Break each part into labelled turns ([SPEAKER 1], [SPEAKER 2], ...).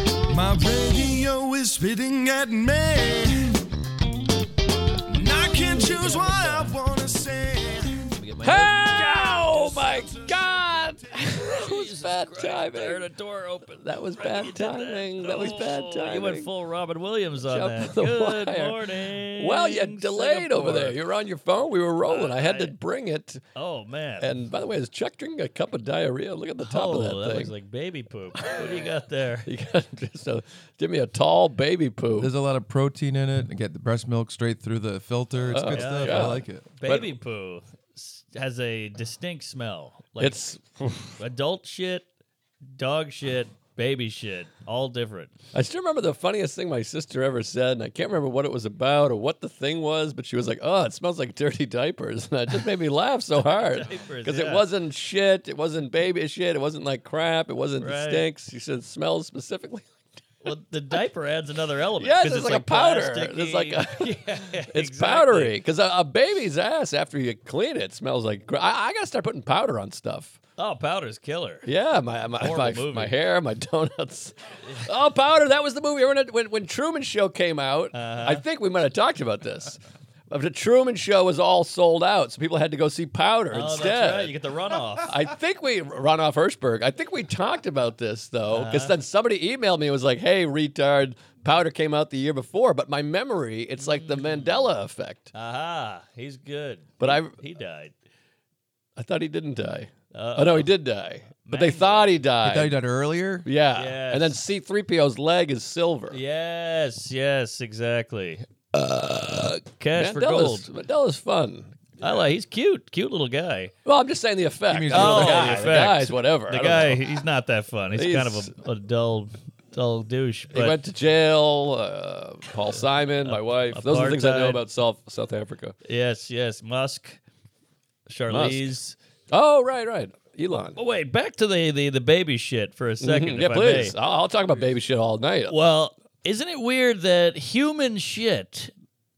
[SPEAKER 1] My radio is spitting at me. And I can't choose what I wanna say.
[SPEAKER 2] Oh my God! That was bad
[SPEAKER 3] There's a
[SPEAKER 2] timing.
[SPEAKER 3] door open.
[SPEAKER 2] That was bad timing. That was bad
[SPEAKER 3] Oh, You went
[SPEAKER 2] timing.
[SPEAKER 3] full Robin Williams on
[SPEAKER 2] Jump
[SPEAKER 3] that.
[SPEAKER 2] the
[SPEAKER 3] Good
[SPEAKER 2] wire.
[SPEAKER 3] morning.
[SPEAKER 2] Well, you delayed over there.
[SPEAKER 3] Singapore.
[SPEAKER 2] You were on your phone. We were rolling. I had to
[SPEAKER 3] I-
[SPEAKER 2] bring it.
[SPEAKER 3] Oh man.
[SPEAKER 2] And by the way, is Chuck drinking a cup of diarrhea? Look at the top
[SPEAKER 3] oh,
[SPEAKER 2] of that,
[SPEAKER 3] that,
[SPEAKER 2] thing.
[SPEAKER 3] looks like baby poop. What do you got there?
[SPEAKER 2] you got just a, give me a tall baby poo.
[SPEAKER 4] There's a lot of protein in it. I get the breast milk straight through the filter. It's good
[SPEAKER 2] yeah.
[SPEAKER 4] stuff.
[SPEAKER 2] Yeah.
[SPEAKER 4] I like it.
[SPEAKER 3] Baby poo s- has a distinct smell. Like
[SPEAKER 2] it's
[SPEAKER 3] adult shit, dog shit, baby shit, all different.
[SPEAKER 2] I still remember the funniest thing my sister ever said, and I can't remember what it was about or what the thing was, but she was like, "Oh, it smells like dirty diapers," and it just made me laugh so hard
[SPEAKER 3] Diapers,
[SPEAKER 2] because it
[SPEAKER 3] yeah.
[SPEAKER 2] wasn't shit, it wasn't baby shit, it wasn't like crap, it wasn't
[SPEAKER 3] Right.
[SPEAKER 2] stinks. She said, "Smells specifically."
[SPEAKER 3] Well, the diaper adds another element.
[SPEAKER 2] Yes,
[SPEAKER 3] 'cause
[SPEAKER 2] it's
[SPEAKER 3] it's
[SPEAKER 2] like a powder.
[SPEAKER 3] plasticky.
[SPEAKER 2] It's like a-
[SPEAKER 3] Yeah,
[SPEAKER 2] It's
[SPEAKER 3] exactly.
[SPEAKER 2] powdery because a, a baby's ass after you clean it smells like. Cra- I, I gotta start putting powder on stuff.
[SPEAKER 3] Oh, powder's killer.
[SPEAKER 2] Yeah, my my
[SPEAKER 3] Horrible
[SPEAKER 2] my,
[SPEAKER 3] movie.
[SPEAKER 2] my hair, my donuts. oh, powder! That was the movie. When it- when, when Truman Show came out,
[SPEAKER 3] Uh-huh.
[SPEAKER 2] I think we might have talked about this. But the Truman Show was all sold out, so people had to go see Powder
[SPEAKER 3] Oh,
[SPEAKER 2] instead.
[SPEAKER 3] that's right. You get the runoff.
[SPEAKER 2] I think we run off Hirschberg. I think we talked about this though,
[SPEAKER 3] Uh-huh.
[SPEAKER 2] because then somebody emailed me and was like, "Hey, retard, Powder came out the year before." But my memory, it's like
[SPEAKER 3] Hmm.
[SPEAKER 2] the Mandela effect.
[SPEAKER 3] Aha, he's good.
[SPEAKER 2] But I
[SPEAKER 3] He died.
[SPEAKER 2] I thought he didn't die.
[SPEAKER 3] Uh,
[SPEAKER 2] oh no, he did die. But they
[SPEAKER 3] Mangled.
[SPEAKER 2] thought he
[SPEAKER 4] I
[SPEAKER 2] died.
[SPEAKER 4] thought you did earlier.
[SPEAKER 2] Yeah. And then
[SPEAKER 3] Yes.
[SPEAKER 2] C3PO's leg is silver.
[SPEAKER 3] Yes, yes, exactly.
[SPEAKER 2] Uh,
[SPEAKER 3] Cash for
[SPEAKER 2] Mandela's,
[SPEAKER 3] gold.
[SPEAKER 2] Mandela's fun.
[SPEAKER 3] I like. He's cute, cute little guy.
[SPEAKER 2] Well, I'm just saying the effect.
[SPEAKER 4] You mean
[SPEAKER 2] oh,
[SPEAKER 4] the
[SPEAKER 2] the guy.
[SPEAKER 3] effect.
[SPEAKER 2] The guy's whatever. I
[SPEAKER 3] The
[SPEAKER 2] don't
[SPEAKER 3] guy,
[SPEAKER 2] know.
[SPEAKER 3] he's not that fun. He's,
[SPEAKER 2] He's-
[SPEAKER 3] kind of a, a dull, dull douche.
[SPEAKER 2] He
[SPEAKER 3] But
[SPEAKER 2] went to jail. Uh, Paul Simon, my wife. Those are the things I know
[SPEAKER 3] apartheid.
[SPEAKER 2] about South South Africa.
[SPEAKER 3] yes, yes, Musk, Charlize.
[SPEAKER 2] Oh, right, right. Elon.
[SPEAKER 3] Oh wait, back to the the, the baby shit for a 2nd
[SPEAKER 2] Mhm. Yeah,
[SPEAKER 3] if I may.
[SPEAKER 2] please. I'll, I'll talk about baby shit all night.
[SPEAKER 3] Well, isn't it weird that human shit?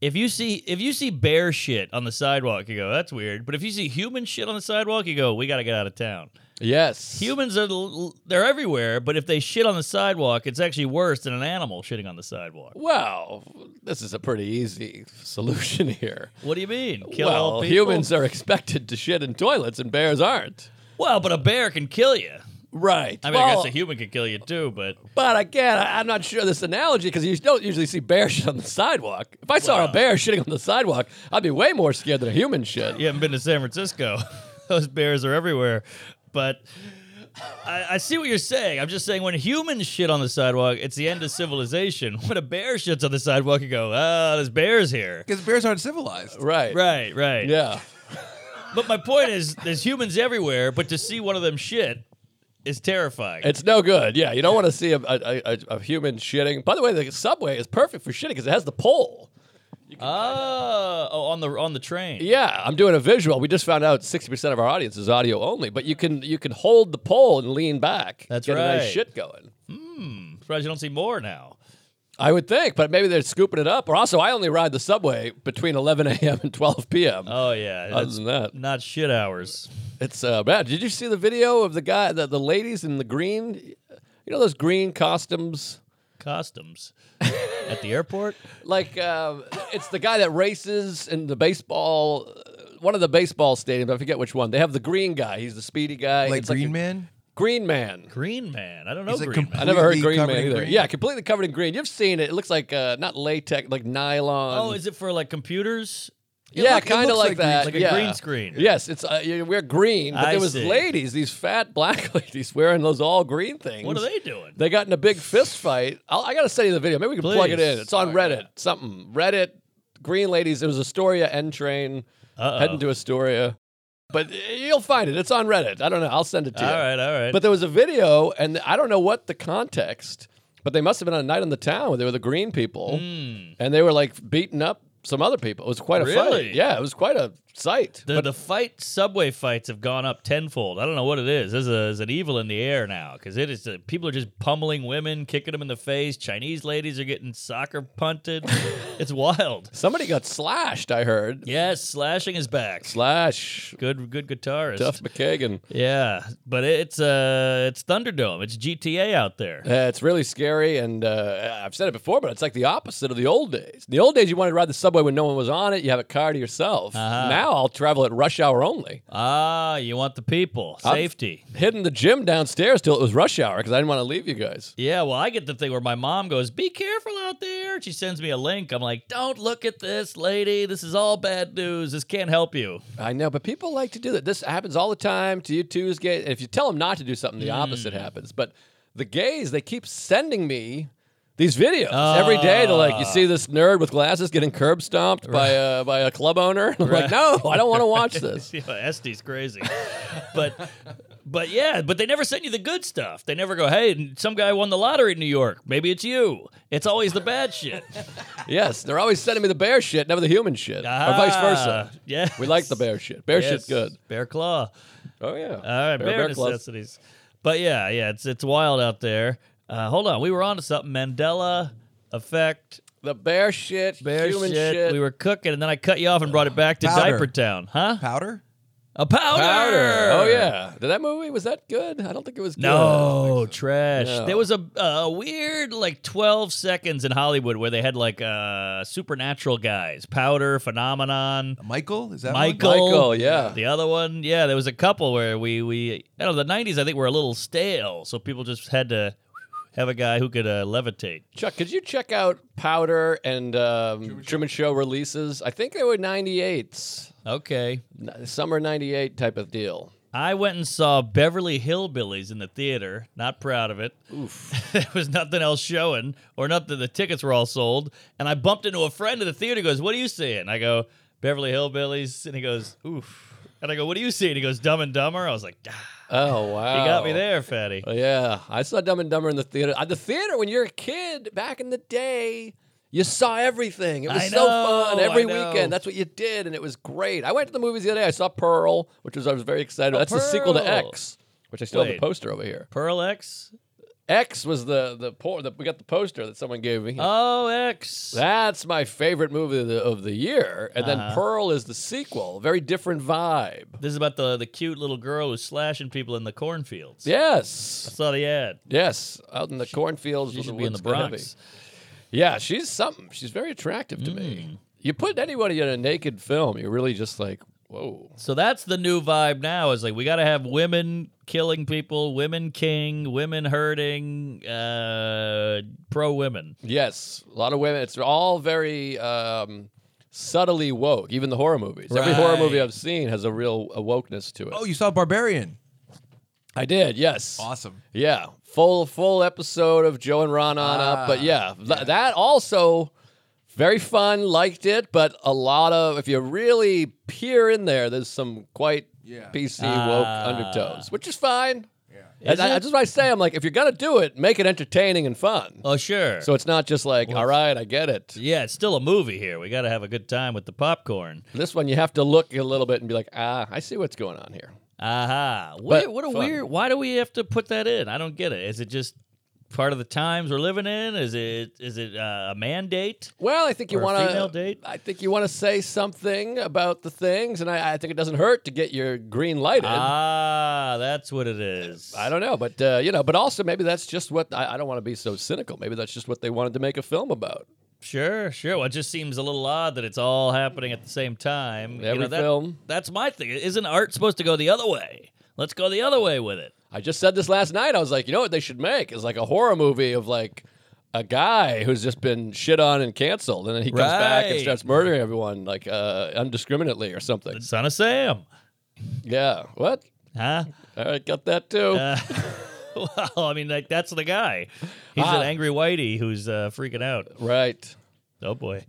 [SPEAKER 3] If you see if you see bear shit on the sidewalk, you go, "That's weird." But if you see human shit on the sidewalk, you go, "We got to get out of town."
[SPEAKER 2] Yes.
[SPEAKER 3] Humans are l- they're everywhere, but if they shit on the sidewalk, it's actually worse than an animal shitting on the sidewalk.
[SPEAKER 2] Well, this is a pretty easy solution here.
[SPEAKER 3] What do you mean? Kill
[SPEAKER 2] well,
[SPEAKER 3] all people?
[SPEAKER 2] humans are expected to shit in toilets, and bears aren't.
[SPEAKER 3] Well, but a bear can kill you.
[SPEAKER 2] Right.
[SPEAKER 3] I mean, I
[SPEAKER 2] Well,
[SPEAKER 3] guess a human can kill you too, but
[SPEAKER 2] But again, I, I'm not sure this analogy because you don't usually see bear shit on the sidewalk. If I saw a bear shitting on the sidewalk, I'd be way more scared than a human shit.
[SPEAKER 3] you haven't been to San Francisco. Those bears are everywhere. But I, I see what you're saying. I'm just saying when humans shit on the sidewalk, it's the end of civilization. When a bear shits on the sidewalk, you go, ah, there's bears here.
[SPEAKER 4] Because bears aren't civilized.
[SPEAKER 2] Right.
[SPEAKER 3] Right, right.
[SPEAKER 2] Yeah.
[SPEAKER 3] But my point is, there's humans everywhere, but to see one of them shit is terrifying.
[SPEAKER 2] It's no good. Yeah. You don't want to see a, a, a, a human shitting. By the way, the subway is perfect for shitting because it has the pole.
[SPEAKER 3] Ah, oh, on the on the train.
[SPEAKER 2] Yeah, I'm doing a visual. We just found out 60% of our audience is audio only, but you can you can hold the pole and lean back.
[SPEAKER 3] That's
[SPEAKER 2] get a nice
[SPEAKER 3] right.
[SPEAKER 2] shit going.
[SPEAKER 3] Surprised you don't see more now.
[SPEAKER 2] I would think, but maybe they're scooping it up. Or also, I only ride the subway between 11 a.m. and 12 p.m.
[SPEAKER 3] Oh yeah,
[SPEAKER 2] Other
[SPEAKER 3] that's
[SPEAKER 2] than that,
[SPEAKER 3] not shit hours.
[SPEAKER 2] It's uh, bad. Did you see the video of the guy, the, the ladies in the green? You know those green costumes?
[SPEAKER 3] Customs at the airport.
[SPEAKER 2] Like, uh, it's the guy that races in the baseball, one of the baseball stadiums. I forget which one. They have the green guy. He's the speedy guy.
[SPEAKER 4] Like
[SPEAKER 2] It's
[SPEAKER 4] Green
[SPEAKER 2] a-
[SPEAKER 4] Man.
[SPEAKER 2] Green Man.
[SPEAKER 3] Green man. I don't know
[SPEAKER 4] He's a
[SPEAKER 3] Green man.
[SPEAKER 2] I never heard
[SPEAKER 4] Completely
[SPEAKER 2] Green Man
[SPEAKER 4] covered in
[SPEAKER 2] either.
[SPEAKER 4] green?
[SPEAKER 2] Yeah, completely covered in green. You've seen it. It looks like uh, not latex, like nylon.
[SPEAKER 3] Oh, is it for like computers?
[SPEAKER 2] yeah,
[SPEAKER 4] look- it
[SPEAKER 2] kind of like,
[SPEAKER 4] looks like green-
[SPEAKER 2] that.
[SPEAKER 3] Like a
[SPEAKER 2] uh, yeah.
[SPEAKER 3] green screen.
[SPEAKER 2] Yes, it's uh, you wear green, but
[SPEAKER 3] I
[SPEAKER 2] there was
[SPEAKER 3] see.
[SPEAKER 2] ladies, these fat black ladies wearing those all green things.
[SPEAKER 3] What are they doing?
[SPEAKER 2] They got in a big fist fight. I'll, I got to send you the video. Maybe we can plug it in.
[SPEAKER 3] Please.
[SPEAKER 2] It's on Reddit. Something Reddit. Green ladies. It was Astoria N train
[SPEAKER 3] Uh-oh.
[SPEAKER 2] heading to Astoria, but eh, you'll find it. It's on Reddit. I don't know. I'll send it to
[SPEAKER 3] All
[SPEAKER 2] you.
[SPEAKER 3] right, all right.
[SPEAKER 2] But there was a video, and I don't know what the context, But they must have been on a night on the town where they were the green people,
[SPEAKER 3] Hmm.
[SPEAKER 2] and they were like beating up some other people. It was quite a fight.
[SPEAKER 3] Really?
[SPEAKER 2] Yeah, it was quite a sight.
[SPEAKER 3] The, the fight subway fights have gone up tenfold. I don't know what it is. There's, a, there's an evil in the air now because it is. uh, people are just pummeling women, kicking them in the face. Chinese ladies are getting soccer punted. it's wild.
[SPEAKER 2] Somebody got slashed. I heard
[SPEAKER 3] Yes, slashing is back.
[SPEAKER 2] slash
[SPEAKER 3] Good, good guitarist.
[SPEAKER 2] Duff McKagan.
[SPEAKER 3] Yeah, but it's uh, it's Thunderdome. It's GTA out there.
[SPEAKER 2] Uh, it's really scary, and uh, I've said it before, but it's like the opposite of the old days. In the old days, you wanted to ride the subway when no one was on it. You have a car to yourself. Now I'll travel at rush hour only.
[SPEAKER 3] Ah, you want the people safety.
[SPEAKER 2] Hidden the gym downstairs till it was rush hour because I didn't want to leave you guys.
[SPEAKER 3] Yeah, well, I get the thing where my mom goes, "Be careful out there." She sends me a link. I'm like, "Don't look at this, lady. This is all bad news. This can't help you."
[SPEAKER 2] I know, but people like to do that. This happens all the time to you two's gays. And if you tell them not to do something, the opposite happens. But the gays, they keep sending me these videos every day. To like, you see this nerd with glasses getting curb stomped by a by a club owner. I'm like, no, I don't want to watch this.
[SPEAKER 3] Yeah, Estee's crazy, but but yeah, but they never send you the good stuff. They never go, "Hey, some guy won the lottery in New York. Maybe it's you." It's always the bad shit,
[SPEAKER 2] yes, they're always sending me the bear shit, never the human shit,
[SPEAKER 3] Ah.
[SPEAKER 2] or vice versa.
[SPEAKER 3] Yeah,
[SPEAKER 2] We like the bear shit. Bear shit, good.
[SPEAKER 3] Bear claw.
[SPEAKER 2] Oh yeah.
[SPEAKER 3] All right, bear,
[SPEAKER 2] claws.
[SPEAKER 3] necessities. But yeah, yeah, it's it's wild out there. Uh, hold on, we were on to something. Mandela effect,
[SPEAKER 2] The bear shit.
[SPEAKER 3] bear
[SPEAKER 2] human
[SPEAKER 3] shit.
[SPEAKER 2] shit.
[SPEAKER 3] We were cooking, and then I cut you off and brought it back to
[SPEAKER 4] Powder.
[SPEAKER 3] Diaper Town, huh?
[SPEAKER 4] Powder?
[SPEAKER 3] A powder.
[SPEAKER 2] powder. Oh yeah. Did that movie was that good? I don't think it was. good.
[SPEAKER 3] No trash.
[SPEAKER 2] No.
[SPEAKER 3] There was a a weird like twelve seconds in Hollywood where they had like uh, supernatural guys, powder phenomenon.
[SPEAKER 4] Michael? Is that one?
[SPEAKER 3] Michael,
[SPEAKER 2] Michael, yeah.
[SPEAKER 3] The other one, yeah. There was a couple where we we I don't know the '90s. I think were a little stale, so people just had to have a guy who could uh, levitate.
[SPEAKER 2] Chuck, could you check out Powder and um, Truman, Show releases? I think they were 98s,
[SPEAKER 3] Okay,
[SPEAKER 2] n- summer 98 type of deal.
[SPEAKER 3] I went and saw Beverly Hillbillies in the theater. Not proud of it. there was nothing else showing, or nothing. The tickets were all sold, and I bumped into a friend in the theater. He Goes, what are you seeing? I go, Beverly Hillbillies, and he goes, oof. And I go, what are you seeing? He goes, Dumb and Dumber. I was like, ah,
[SPEAKER 2] Oh, wow.
[SPEAKER 3] you got me there, fatty.
[SPEAKER 2] Oh, yeah. I saw Dumb and Dumber in the theater. At the theater, when you're a kid back in the day, you saw everything. It was
[SPEAKER 3] I
[SPEAKER 2] so fun
[SPEAKER 3] know,
[SPEAKER 2] every
[SPEAKER 3] I know.
[SPEAKER 2] weekend. That's what you did, and it was great. I went to the movies the other day. I saw Pearl, which was I was very excited.
[SPEAKER 3] Oh,
[SPEAKER 2] That's the sequel to
[SPEAKER 3] Pearl.
[SPEAKER 2] X, which I still have
[SPEAKER 3] Wait.
[SPEAKER 2] the poster over here.
[SPEAKER 3] Pearl X.
[SPEAKER 2] X was the the, por- the we got the poster that someone gave me.
[SPEAKER 3] Oh, X.
[SPEAKER 2] That's my favorite movie of the, of the year. And then
[SPEAKER 3] Uh-huh.
[SPEAKER 2] Pearl is the sequel. Very different vibe.
[SPEAKER 3] This is about the the cute little girl who's slashing people in the cornfields.
[SPEAKER 2] Yes.
[SPEAKER 3] Saw the ad.
[SPEAKER 2] Yes. Out in the cornfields.
[SPEAKER 3] She
[SPEAKER 2] with
[SPEAKER 3] should be in the
[SPEAKER 2] woods heavy.
[SPEAKER 3] Bronx.
[SPEAKER 2] Yeah, she's something. She's very attractive to me. You put anybody in a naked film, you're really just like, whoa.
[SPEAKER 3] So that's the new vibe now. Is like we got to have women killing people, women king, women hurting, uh, pro women.
[SPEAKER 2] Mm. Yes. A lot of women. It's all very um, subtly woke, even the horror movies. Every horror movie
[SPEAKER 3] Right.
[SPEAKER 2] I've seen has a real awokeness to it.
[SPEAKER 4] Oh, you saw Barbarian.
[SPEAKER 2] I did, yes.
[SPEAKER 4] Awesome.
[SPEAKER 2] Yeah, full full episode of Joe and Ron on up. But Ah, yeah, th- that also very fun. Liked it, but a lot of if you really peer in there, there's some quite
[SPEAKER 4] Yeah.
[SPEAKER 2] PC
[SPEAKER 3] Ah.
[SPEAKER 2] woke undertones, which is fine. Yeah,
[SPEAKER 3] Is
[SPEAKER 2] and I,
[SPEAKER 3] it?
[SPEAKER 2] that's what I say. I'm like, if you're gonna do it, make it entertaining and fun.
[SPEAKER 3] Oh sure.
[SPEAKER 2] So it's not just like, all right, I get it.
[SPEAKER 3] yeah, it's still a movie here. We got to have a good time with the popcorn.
[SPEAKER 2] This one, you have to look a little bit and be like, ah, I see what's going on here.
[SPEAKER 3] Aha! What,
[SPEAKER 2] But
[SPEAKER 3] what a
[SPEAKER 2] fun.
[SPEAKER 3] weird. Why do we have to put that in? I don't get it. Is it just part of the times we're living in? Is it is it uh, a mandate?
[SPEAKER 2] Well, I think you
[SPEAKER 3] Or a
[SPEAKER 2] want
[SPEAKER 3] female date?
[SPEAKER 2] I think you want to say something about the things, and I, I think it doesn't hurt to get your green lighted.
[SPEAKER 3] Ah, that's what it is.
[SPEAKER 2] I don't know, but uh, you know, but also maybe that's just what I, I don't want to be so cynical. Maybe that's just what they wanted to make a film about.
[SPEAKER 3] Sure, sure. Well, it just seems a little odd that it's all happening at the same time.
[SPEAKER 2] Every
[SPEAKER 3] that-
[SPEAKER 2] film.
[SPEAKER 3] That's my thing. Isn't art supposed to go the other way? Let's go the other way with it.
[SPEAKER 2] I just said this last night. I was like, you know what they should make is like a horror movie of like a guy who's just been shit on and canceled, and then he comes back and
[SPEAKER 3] Right.
[SPEAKER 2] starts murdering everyone like uh, undiscriminately or something.
[SPEAKER 3] Son of Sam.
[SPEAKER 2] Yeah, what?
[SPEAKER 3] Huh?
[SPEAKER 2] All right, got that too.
[SPEAKER 3] Uh. well, I mean, like that's the guy. He's
[SPEAKER 2] Ah.
[SPEAKER 3] an angry whitey who's uh, freaking out.
[SPEAKER 2] right.
[SPEAKER 3] Oh boy.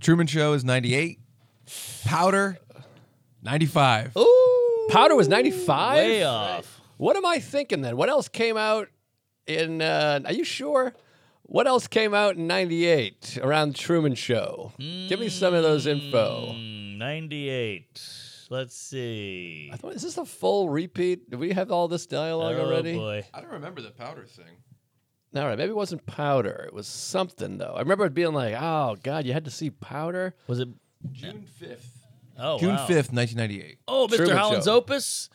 [SPEAKER 4] Truman Show is 98. Powder, 95.
[SPEAKER 2] Powder was ninety five.
[SPEAKER 3] Way off.
[SPEAKER 2] What am I thinking then? What else came out in, uh, are you sure? What else came out in 98 around the Truman Show? Give me some of those info.
[SPEAKER 3] Mm, 98. Let's see.
[SPEAKER 2] I thought, is this a full repeat? Do we have all this dialogue
[SPEAKER 3] oh,
[SPEAKER 2] already?
[SPEAKER 3] boy.
[SPEAKER 4] I don't remember the powder thing.
[SPEAKER 2] All right, maybe it wasn't powder. It was something, though. I remember it being like, oh, God, you had to see powder?
[SPEAKER 3] Was it?
[SPEAKER 4] June fifth.
[SPEAKER 3] Oh,
[SPEAKER 4] June
[SPEAKER 3] wow.
[SPEAKER 4] fifth, nineteen ninety eight.
[SPEAKER 3] Oh, Mr.
[SPEAKER 2] Truman
[SPEAKER 3] Holland's
[SPEAKER 2] Show.
[SPEAKER 3] Opus.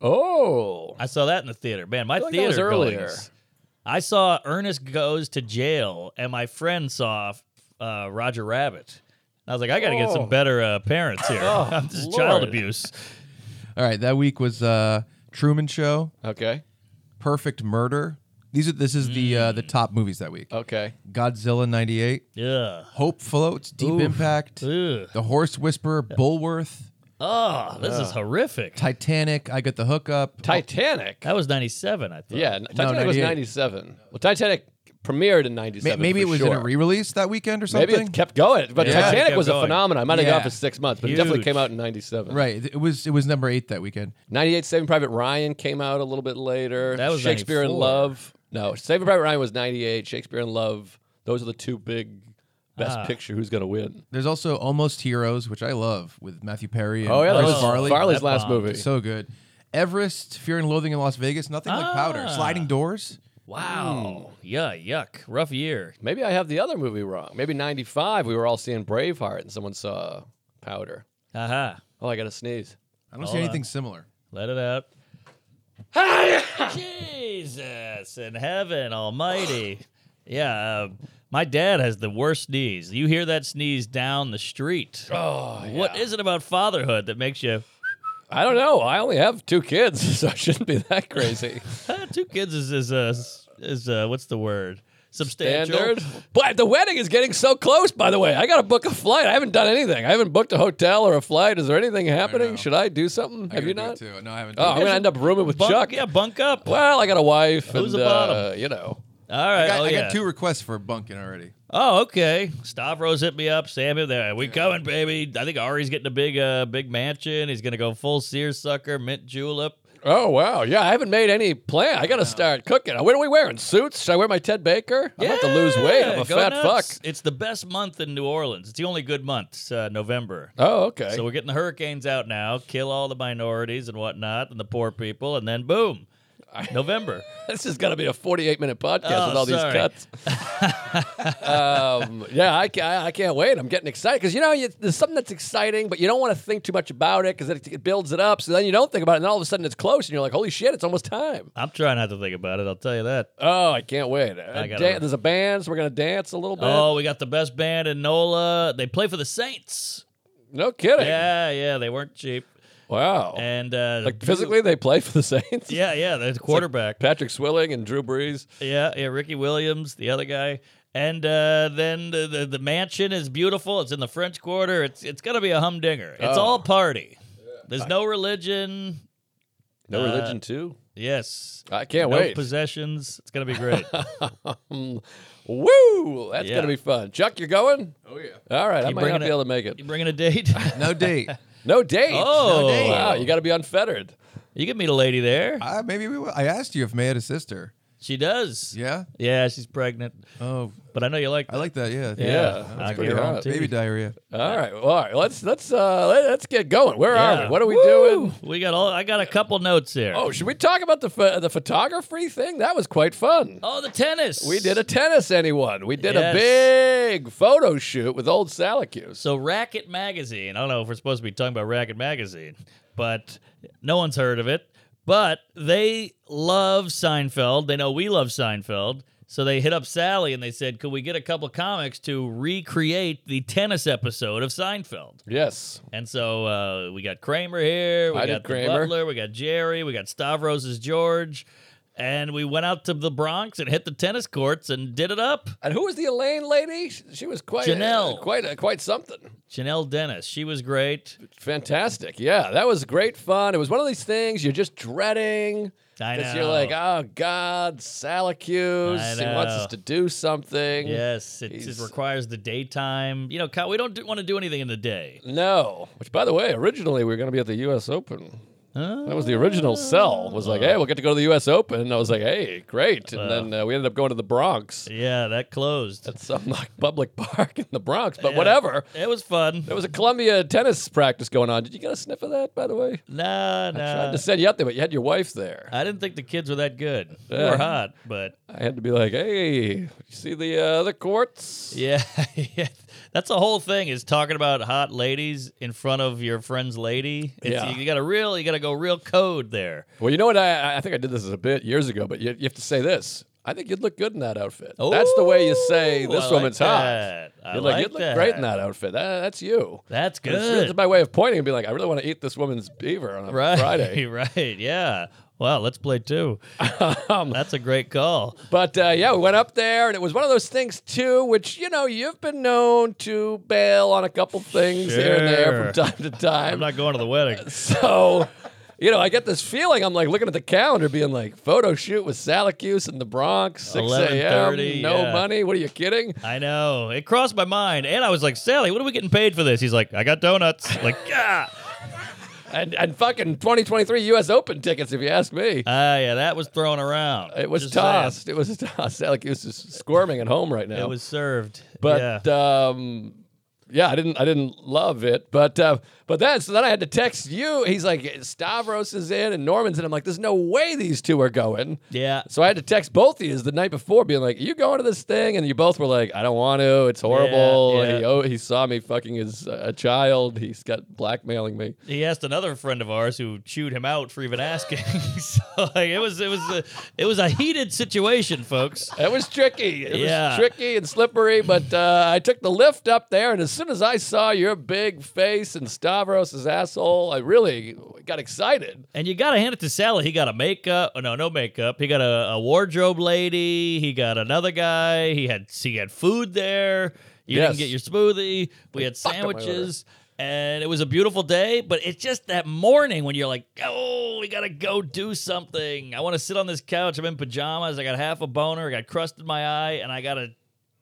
[SPEAKER 2] Oh.
[SPEAKER 3] I saw that in the theater. Man, my
[SPEAKER 2] feel like that
[SPEAKER 3] theater
[SPEAKER 2] was earlier.
[SPEAKER 3] goings. I saw Ernest Goes to Jail, and my friend saw uh, Roger Rabbit. I was like, I got to get
[SPEAKER 2] Oh.
[SPEAKER 3] some better uh, parents here.
[SPEAKER 2] Oh,
[SPEAKER 3] I'm just
[SPEAKER 2] Lord.
[SPEAKER 3] child abuse.
[SPEAKER 4] All right, that week was uh, Truman Show,
[SPEAKER 2] Okay.
[SPEAKER 4] Perfect Murder. These are this is the uh, the top movies that week.
[SPEAKER 2] Okay.
[SPEAKER 4] Godzilla ninety eight,
[SPEAKER 3] Yeah.
[SPEAKER 4] Hope floats, Deep
[SPEAKER 3] Oof.
[SPEAKER 4] Impact,
[SPEAKER 3] Ugh.
[SPEAKER 4] The Horse Whisperer, Bullworth,
[SPEAKER 3] Oh, this is horrific.
[SPEAKER 4] Titanic. I got the hookup.
[SPEAKER 2] Titanic.
[SPEAKER 3] That was 97, I thought.
[SPEAKER 2] Yeah, n- Titanic was
[SPEAKER 4] 98.
[SPEAKER 2] 97. Well, Titanic premiered in 97.
[SPEAKER 4] Ma- maybe
[SPEAKER 2] for
[SPEAKER 4] it was in
[SPEAKER 2] sure.
[SPEAKER 4] a re-release that weekend or
[SPEAKER 2] Maybe
[SPEAKER 4] something.
[SPEAKER 2] it kept going, but
[SPEAKER 4] Yeah, it
[SPEAKER 2] Titanic
[SPEAKER 3] kept
[SPEAKER 2] was a
[SPEAKER 3] going.
[SPEAKER 2] phenomenon. I might have
[SPEAKER 4] Yeah.
[SPEAKER 2] gone for six months, but it definitely
[SPEAKER 3] Huge.
[SPEAKER 2] came out in 97.
[SPEAKER 4] right. It was it was number eight that weekend.
[SPEAKER 2] 98, Saving Private Ryan came out a little bit later.
[SPEAKER 3] That was
[SPEAKER 2] Shakespeare in
[SPEAKER 3] 94.
[SPEAKER 2] Love. No, Saving Private Ryan was 98. Shakespeare in Love. Those are the two big best
[SPEAKER 3] Ah.
[SPEAKER 2] picture. Who's going to win?
[SPEAKER 4] There's also Almost Heroes, which I love with Matthew Perry and
[SPEAKER 2] Oh, yeah. That
[SPEAKER 4] Chris
[SPEAKER 2] was
[SPEAKER 4] Farley.
[SPEAKER 2] Farley's
[SPEAKER 3] That
[SPEAKER 2] last
[SPEAKER 3] bombed.
[SPEAKER 2] movie.
[SPEAKER 4] So good. Everest, Fear and Loathing in Las Vegas. Nothing like Powder.
[SPEAKER 3] Ah.
[SPEAKER 4] Sliding Doors.
[SPEAKER 3] Wow. Yeah, yuck. Rough year.
[SPEAKER 2] maybe I have the other movie wrong. Maybe 95, we were all seeing Braveheart and someone saw Powder.
[SPEAKER 3] Aha.
[SPEAKER 2] Oh, I got to sneeze.
[SPEAKER 4] I don't see anything similar.
[SPEAKER 3] Let it out. Jesus in heaven almighty. yeah, uh, my dad has the worst sneeze. You hear that sneeze down the street.
[SPEAKER 2] Oh,
[SPEAKER 3] What is it about fatherhood that makes you
[SPEAKER 2] I don't know. I only have two kids, so I shouldn't be that crazy.
[SPEAKER 3] Ah, two kids is is uh, is uh, what's the word? Substantial.
[SPEAKER 2] Standard. But the wedding is getting so close, by the way. I got to book a flight. I haven't done anything. I haven't booked a hotel or a flight. Is there anything happening?
[SPEAKER 4] know.
[SPEAKER 2] Should I do something?
[SPEAKER 4] I
[SPEAKER 2] have
[SPEAKER 4] gotta
[SPEAKER 2] you
[SPEAKER 4] do it
[SPEAKER 2] not?
[SPEAKER 4] Too. No, I haven't.
[SPEAKER 2] Oh, I'm
[SPEAKER 4] done
[SPEAKER 2] going
[SPEAKER 4] it.
[SPEAKER 2] to end up rooming with
[SPEAKER 3] Bunk,
[SPEAKER 2] Chuck.
[SPEAKER 3] Yeah, bunk up. All
[SPEAKER 2] Well, I got a wife.
[SPEAKER 3] Who's
[SPEAKER 2] and,
[SPEAKER 3] the bottom?
[SPEAKER 2] uh, you know.
[SPEAKER 3] right.
[SPEAKER 4] I got,
[SPEAKER 3] oh,
[SPEAKER 4] I got
[SPEAKER 3] yeah.
[SPEAKER 4] two requests for bunking already.
[SPEAKER 3] Oh, okay. Stavros hit me up. Sam, hit there. We coming, baby. I think Ari's getting a big, uh, big mansion. He's gonna go full seersucker, mint julep.
[SPEAKER 2] Oh, wow. Yeah, I haven't made any plan. I got to start cooking. What are we wearing? Suits? Should I wear my Ted Baker? I'm about to lose weight. I'm
[SPEAKER 3] Yeah,
[SPEAKER 2] a
[SPEAKER 3] go
[SPEAKER 2] fat
[SPEAKER 3] nuts.
[SPEAKER 2] fuck.
[SPEAKER 3] It's the best month in New Orleans. It's the only good month, It's, uh, November.
[SPEAKER 2] Oh, okay.
[SPEAKER 3] So we're getting the hurricanes out now. Kill all the minorities and whatnot, and the poor people, and then boom, November.
[SPEAKER 2] This is going to be a 48 minute podcast
[SPEAKER 3] Oh,
[SPEAKER 2] with all
[SPEAKER 3] sorry.
[SPEAKER 2] these cuts. um, yeah, I, ca- I, I can't wait. I'm getting excited because, you know, you, there's something that's exciting, but you don't want to think too much about it because it, it builds it up. So then you don't think about it. And then all of a sudden it's close and you're like, holy shit, it's almost time.
[SPEAKER 3] I'm trying not to think about it. I'll tell you that.
[SPEAKER 2] Oh, I can't wait. Uh,
[SPEAKER 3] gotta-
[SPEAKER 2] dan- there's a band, so we're going to dance a little bit.
[SPEAKER 3] Oh, we got the best band in NOLA. They play for the Saints.
[SPEAKER 2] no kidding.
[SPEAKER 3] Yeah, yeah, they weren't cheap.
[SPEAKER 2] Wow.
[SPEAKER 3] And uh,
[SPEAKER 2] like physically, they play for the Saints.
[SPEAKER 3] yeah, yeah, they're the quarterback.
[SPEAKER 2] Patrick Swilling and Drew Brees.
[SPEAKER 3] Yeah, yeah, Ricky Williams, the other guy. And uh, then the, the the mansion is beautiful. It's in the French Quarter. It's it's gonna be a humdinger. It's
[SPEAKER 2] Oh.
[SPEAKER 3] all party. There's no religion.
[SPEAKER 2] No religion, too.
[SPEAKER 3] Yes.
[SPEAKER 2] Uh, I can't
[SPEAKER 3] no
[SPEAKER 2] wait.
[SPEAKER 3] possessions. It's gonna be great.
[SPEAKER 2] Woo! That's
[SPEAKER 3] Yeah.
[SPEAKER 2] going to be fun. Chuck, you're going?
[SPEAKER 4] Oh yeah.
[SPEAKER 2] All right, I
[SPEAKER 3] You
[SPEAKER 2] might not
[SPEAKER 3] bringing
[SPEAKER 2] be
[SPEAKER 3] it-
[SPEAKER 2] able to make it.
[SPEAKER 3] you bringing a date?
[SPEAKER 4] No date.
[SPEAKER 2] No date.
[SPEAKER 3] Oh. No date.
[SPEAKER 2] wow! You got to be unfettered.
[SPEAKER 3] you can meet a lady there.
[SPEAKER 4] uh, maybe we will. I asked you if May had a sister.
[SPEAKER 3] She does.
[SPEAKER 4] Yeah.
[SPEAKER 3] Yeah, she's pregnant.
[SPEAKER 4] Oh,
[SPEAKER 3] But I know you like.
[SPEAKER 4] I like that. Yeah.
[SPEAKER 2] Yeah, that's
[SPEAKER 3] I
[SPEAKER 2] pretty hot.
[SPEAKER 3] guarantee.
[SPEAKER 4] Baby diarrhea.
[SPEAKER 2] All right, well, all right. Let's let's uh, let, let's get going. Where are
[SPEAKER 3] Yeah.
[SPEAKER 2] we? What are we
[SPEAKER 3] Woo!
[SPEAKER 2] doing?
[SPEAKER 3] We got all. I got a couple notes here.
[SPEAKER 2] Oh, should we talk about the ph- the photography thing? That was quite fun.
[SPEAKER 3] Oh, the tennis.
[SPEAKER 2] We did a tennis anyone. We did
[SPEAKER 3] Yes.
[SPEAKER 2] a big photo shoot with old Salacuse.
[SPEAKER 3] So Racket Magazine. I don't know if we're supposed to be talking about Racket Magazine, but no one's heard of it. But they love Seinfeld. They know we love Seinfeld. So they hit up Sally and they said, "Could we get a couple comics to recreate the tennis episode of Seinfeld?"
[SPEAKER 2] Yes.
[SPEAKER 3] And so uh, we got Kramer here. We
[SPEAKER 2] I
[SPEAKER 3] got
[SPEAKER 2] did
[SPEAKER 3] the
[SPEAKER 2] Kramer.
[SPEAKER 3] Butler. We got Jerry. We got Stavros as George. And we went out to the Bronx and hit the tennis courts and did it up.
[SPEAKER 2] And who was the Elaine lady? She, she was quite uh,
[SPEAKER 3] Janelle.
[SPEAKER 2] quite quite something.
[SPEAKER 3] Janelle Dennis, she was great.
[SPEAKER 2] Fantastic. Yeah, that was great fun. It was one of these things you're just dreading.
[SPEAKER 3] I know.
[SPEAKER 2] Because you're like, oh God,
[SPEAKER 3] I
[SPEAKER 2] Salacuse, he wants
[SPEAKER 3] know.
[SPEAKER 2] us to do something.
[SPEAKER 3] Yes, it, it
[SPEAKER 2] He's-
[SPEAKER 3] requires the daytime. You know, Kyle, we don't do, want to do anything in the day.
[SPEAKER 2] No. Which, by the way, originally we were going to be at the U.S. Open. That was the original cell. Was like,
[SPEAKER 3] Ah.
[SPEAKER 2] hey, we'll get to go to the U.S. Open. And I was like, hey, great. And then uh, we ended up going to the Bronx.
[SPEAKER 3] Yeah, that closed.
[SPEAKER 2] at some like public park in the Bronx, but whatever.
[SPEAKER 3] It was fun.
[SPEAKER 2] There was a Columbia tennis practice going on. Did you get a sniff of that, by the way?
[SPEAKER 3] Nah,
[SPEAKER 2] I had
[SPEAKER 3] nah.
[SPEAKER 2] to send you out there, but you had your wife there.
[SPEAKER 3] I didn't think the kids were that good. They
[SPEAKER 2] Yeah.
[SPEAKER 3] were hot, but
[SPEAKER 2] I had to be like, hey, you see the uh, other courts?
[SPEAKER 3] yeah, yeah. That's the whole thing is talking about hot ladies in front of your friend's lady. It's,
[SPEAKER 2] Yeah.
[SPEAKER 3] You got to real, you got to go real code there.
[SPEAKER 2] Well, you know what? I, I think I did this as a bit years ago, but you, you have to say this. I think you'd look good in that outfit. That's the way you say
[SPEAKER 3] Ooh,
[SPEAKER 2] this
[SPEAKER 3] I like
[SPEAKER 2] woman's hot.
[SPEAKER 3] that. I
[SPEAKER 2] You're
[SPEAKER 3] like
[SPEAKER 2] you'd look great in that outfit. That- that's you.
[SPEAKER 3] That's
[SPEAKER 2] And it's-
[SPEAKER 3] good.
[SPEAKER 2] It's my way of pointing and being like, I really want to eat this woman's beaver on a
[SPEAKER 3] right,
[SPEAKER 2] Friday.
[SPEAKER 3] right, yeah. Wow, let's play two.
[SPEAKER 2] Um,
[SPEAKER 3] That's a great call.
[SPEAKER 2] But uh, yeah, we went up there, and it was one of those things too, which you know you've been known to bail on a couple things here and there from
[SPEAKER 3] Sure.
[SPEAKER 2] time to time.
[SPEAKER 3] I'm not going to the wedding.
[SPEAKER 2] so, you know, I get this feeling. I'm like looking at the calendar, being like, photo shoot with Salacuse in the Bronx, six a.m.
[SPEAKER 3] 11:30,
[SPEAKER 2] No
[SPEAKER 3] yeah.
[SPEAKER 2] money. What are you kidding?
[SPEAKER 3] I know. It crossed my mind. And I was like, Sally, what are we getting paid for this? He's like, I got donuts. Like, yeah.
[SPEAKER 2] And and fucking 2023 U.S. Open tickets, if you ask me.
[SPEAKER 3] Ah, yeah, that was thrown around.
[SPEAKER 2] it was
[SPEAKER 3] Just
[SPEAKER 2] tossed. It was tossed. Salacuse is squirming at home right
[SPEAKER 3] saying.
[SPEAKER 2] now.
[SPEAKER 3] It was served.
[SPEAKER 2] but
[SPEAKER 3] yeah.
[SPEAKER 2] yeah. um yeah, I didn't I didn't love it, but uh, but then so then I had to text you. He's like Stavros is in and Norman's in. I'm like, there's no way these two are going.
[SPEAKER 3] yeah.
[SPEAKER 2] So I had to text both of you the night before, being like, "You going to this thing?" And you both were like, "I don't want to. It's horrible."
[SPEAKER 3] yeah.
[SPEAKER 2] He oh, he saw me fucking his uh, a child. He's got blackmailing me.
[SPEAKER 3] He asked another friend of ours who chewed him out for even asking. so like, it was it was a, it was a heated situation, folks.
[SPEAKER 2] It was tricky. It was
[SPEAKER 3] Yeah.
[SPEAKER 2] tricky and slippery, but uh, I took the lift up there, and as soon as I saw your big face and Stavros' asshole, I really got excited.
[SPEAKER 3] And you gotta hand it to Sally. He got a makeup. Oh, no, no makeup. He got a, a wardrobe lady. He got another guy. He had he had food there. You
[SPEAKER 2] Yes.
[SPEAKER 3] didn't get your smoothie. We had
[SPEAKER 2] fucked up my
[SPEAKER 3] sandwiches. And it was a beautiful day, but it's just that morning when you're like, oh, we gotta go do something. I wanna sit on this couch. I'm in pajamas. I got half a boner. I got crust in my eye, and I gotta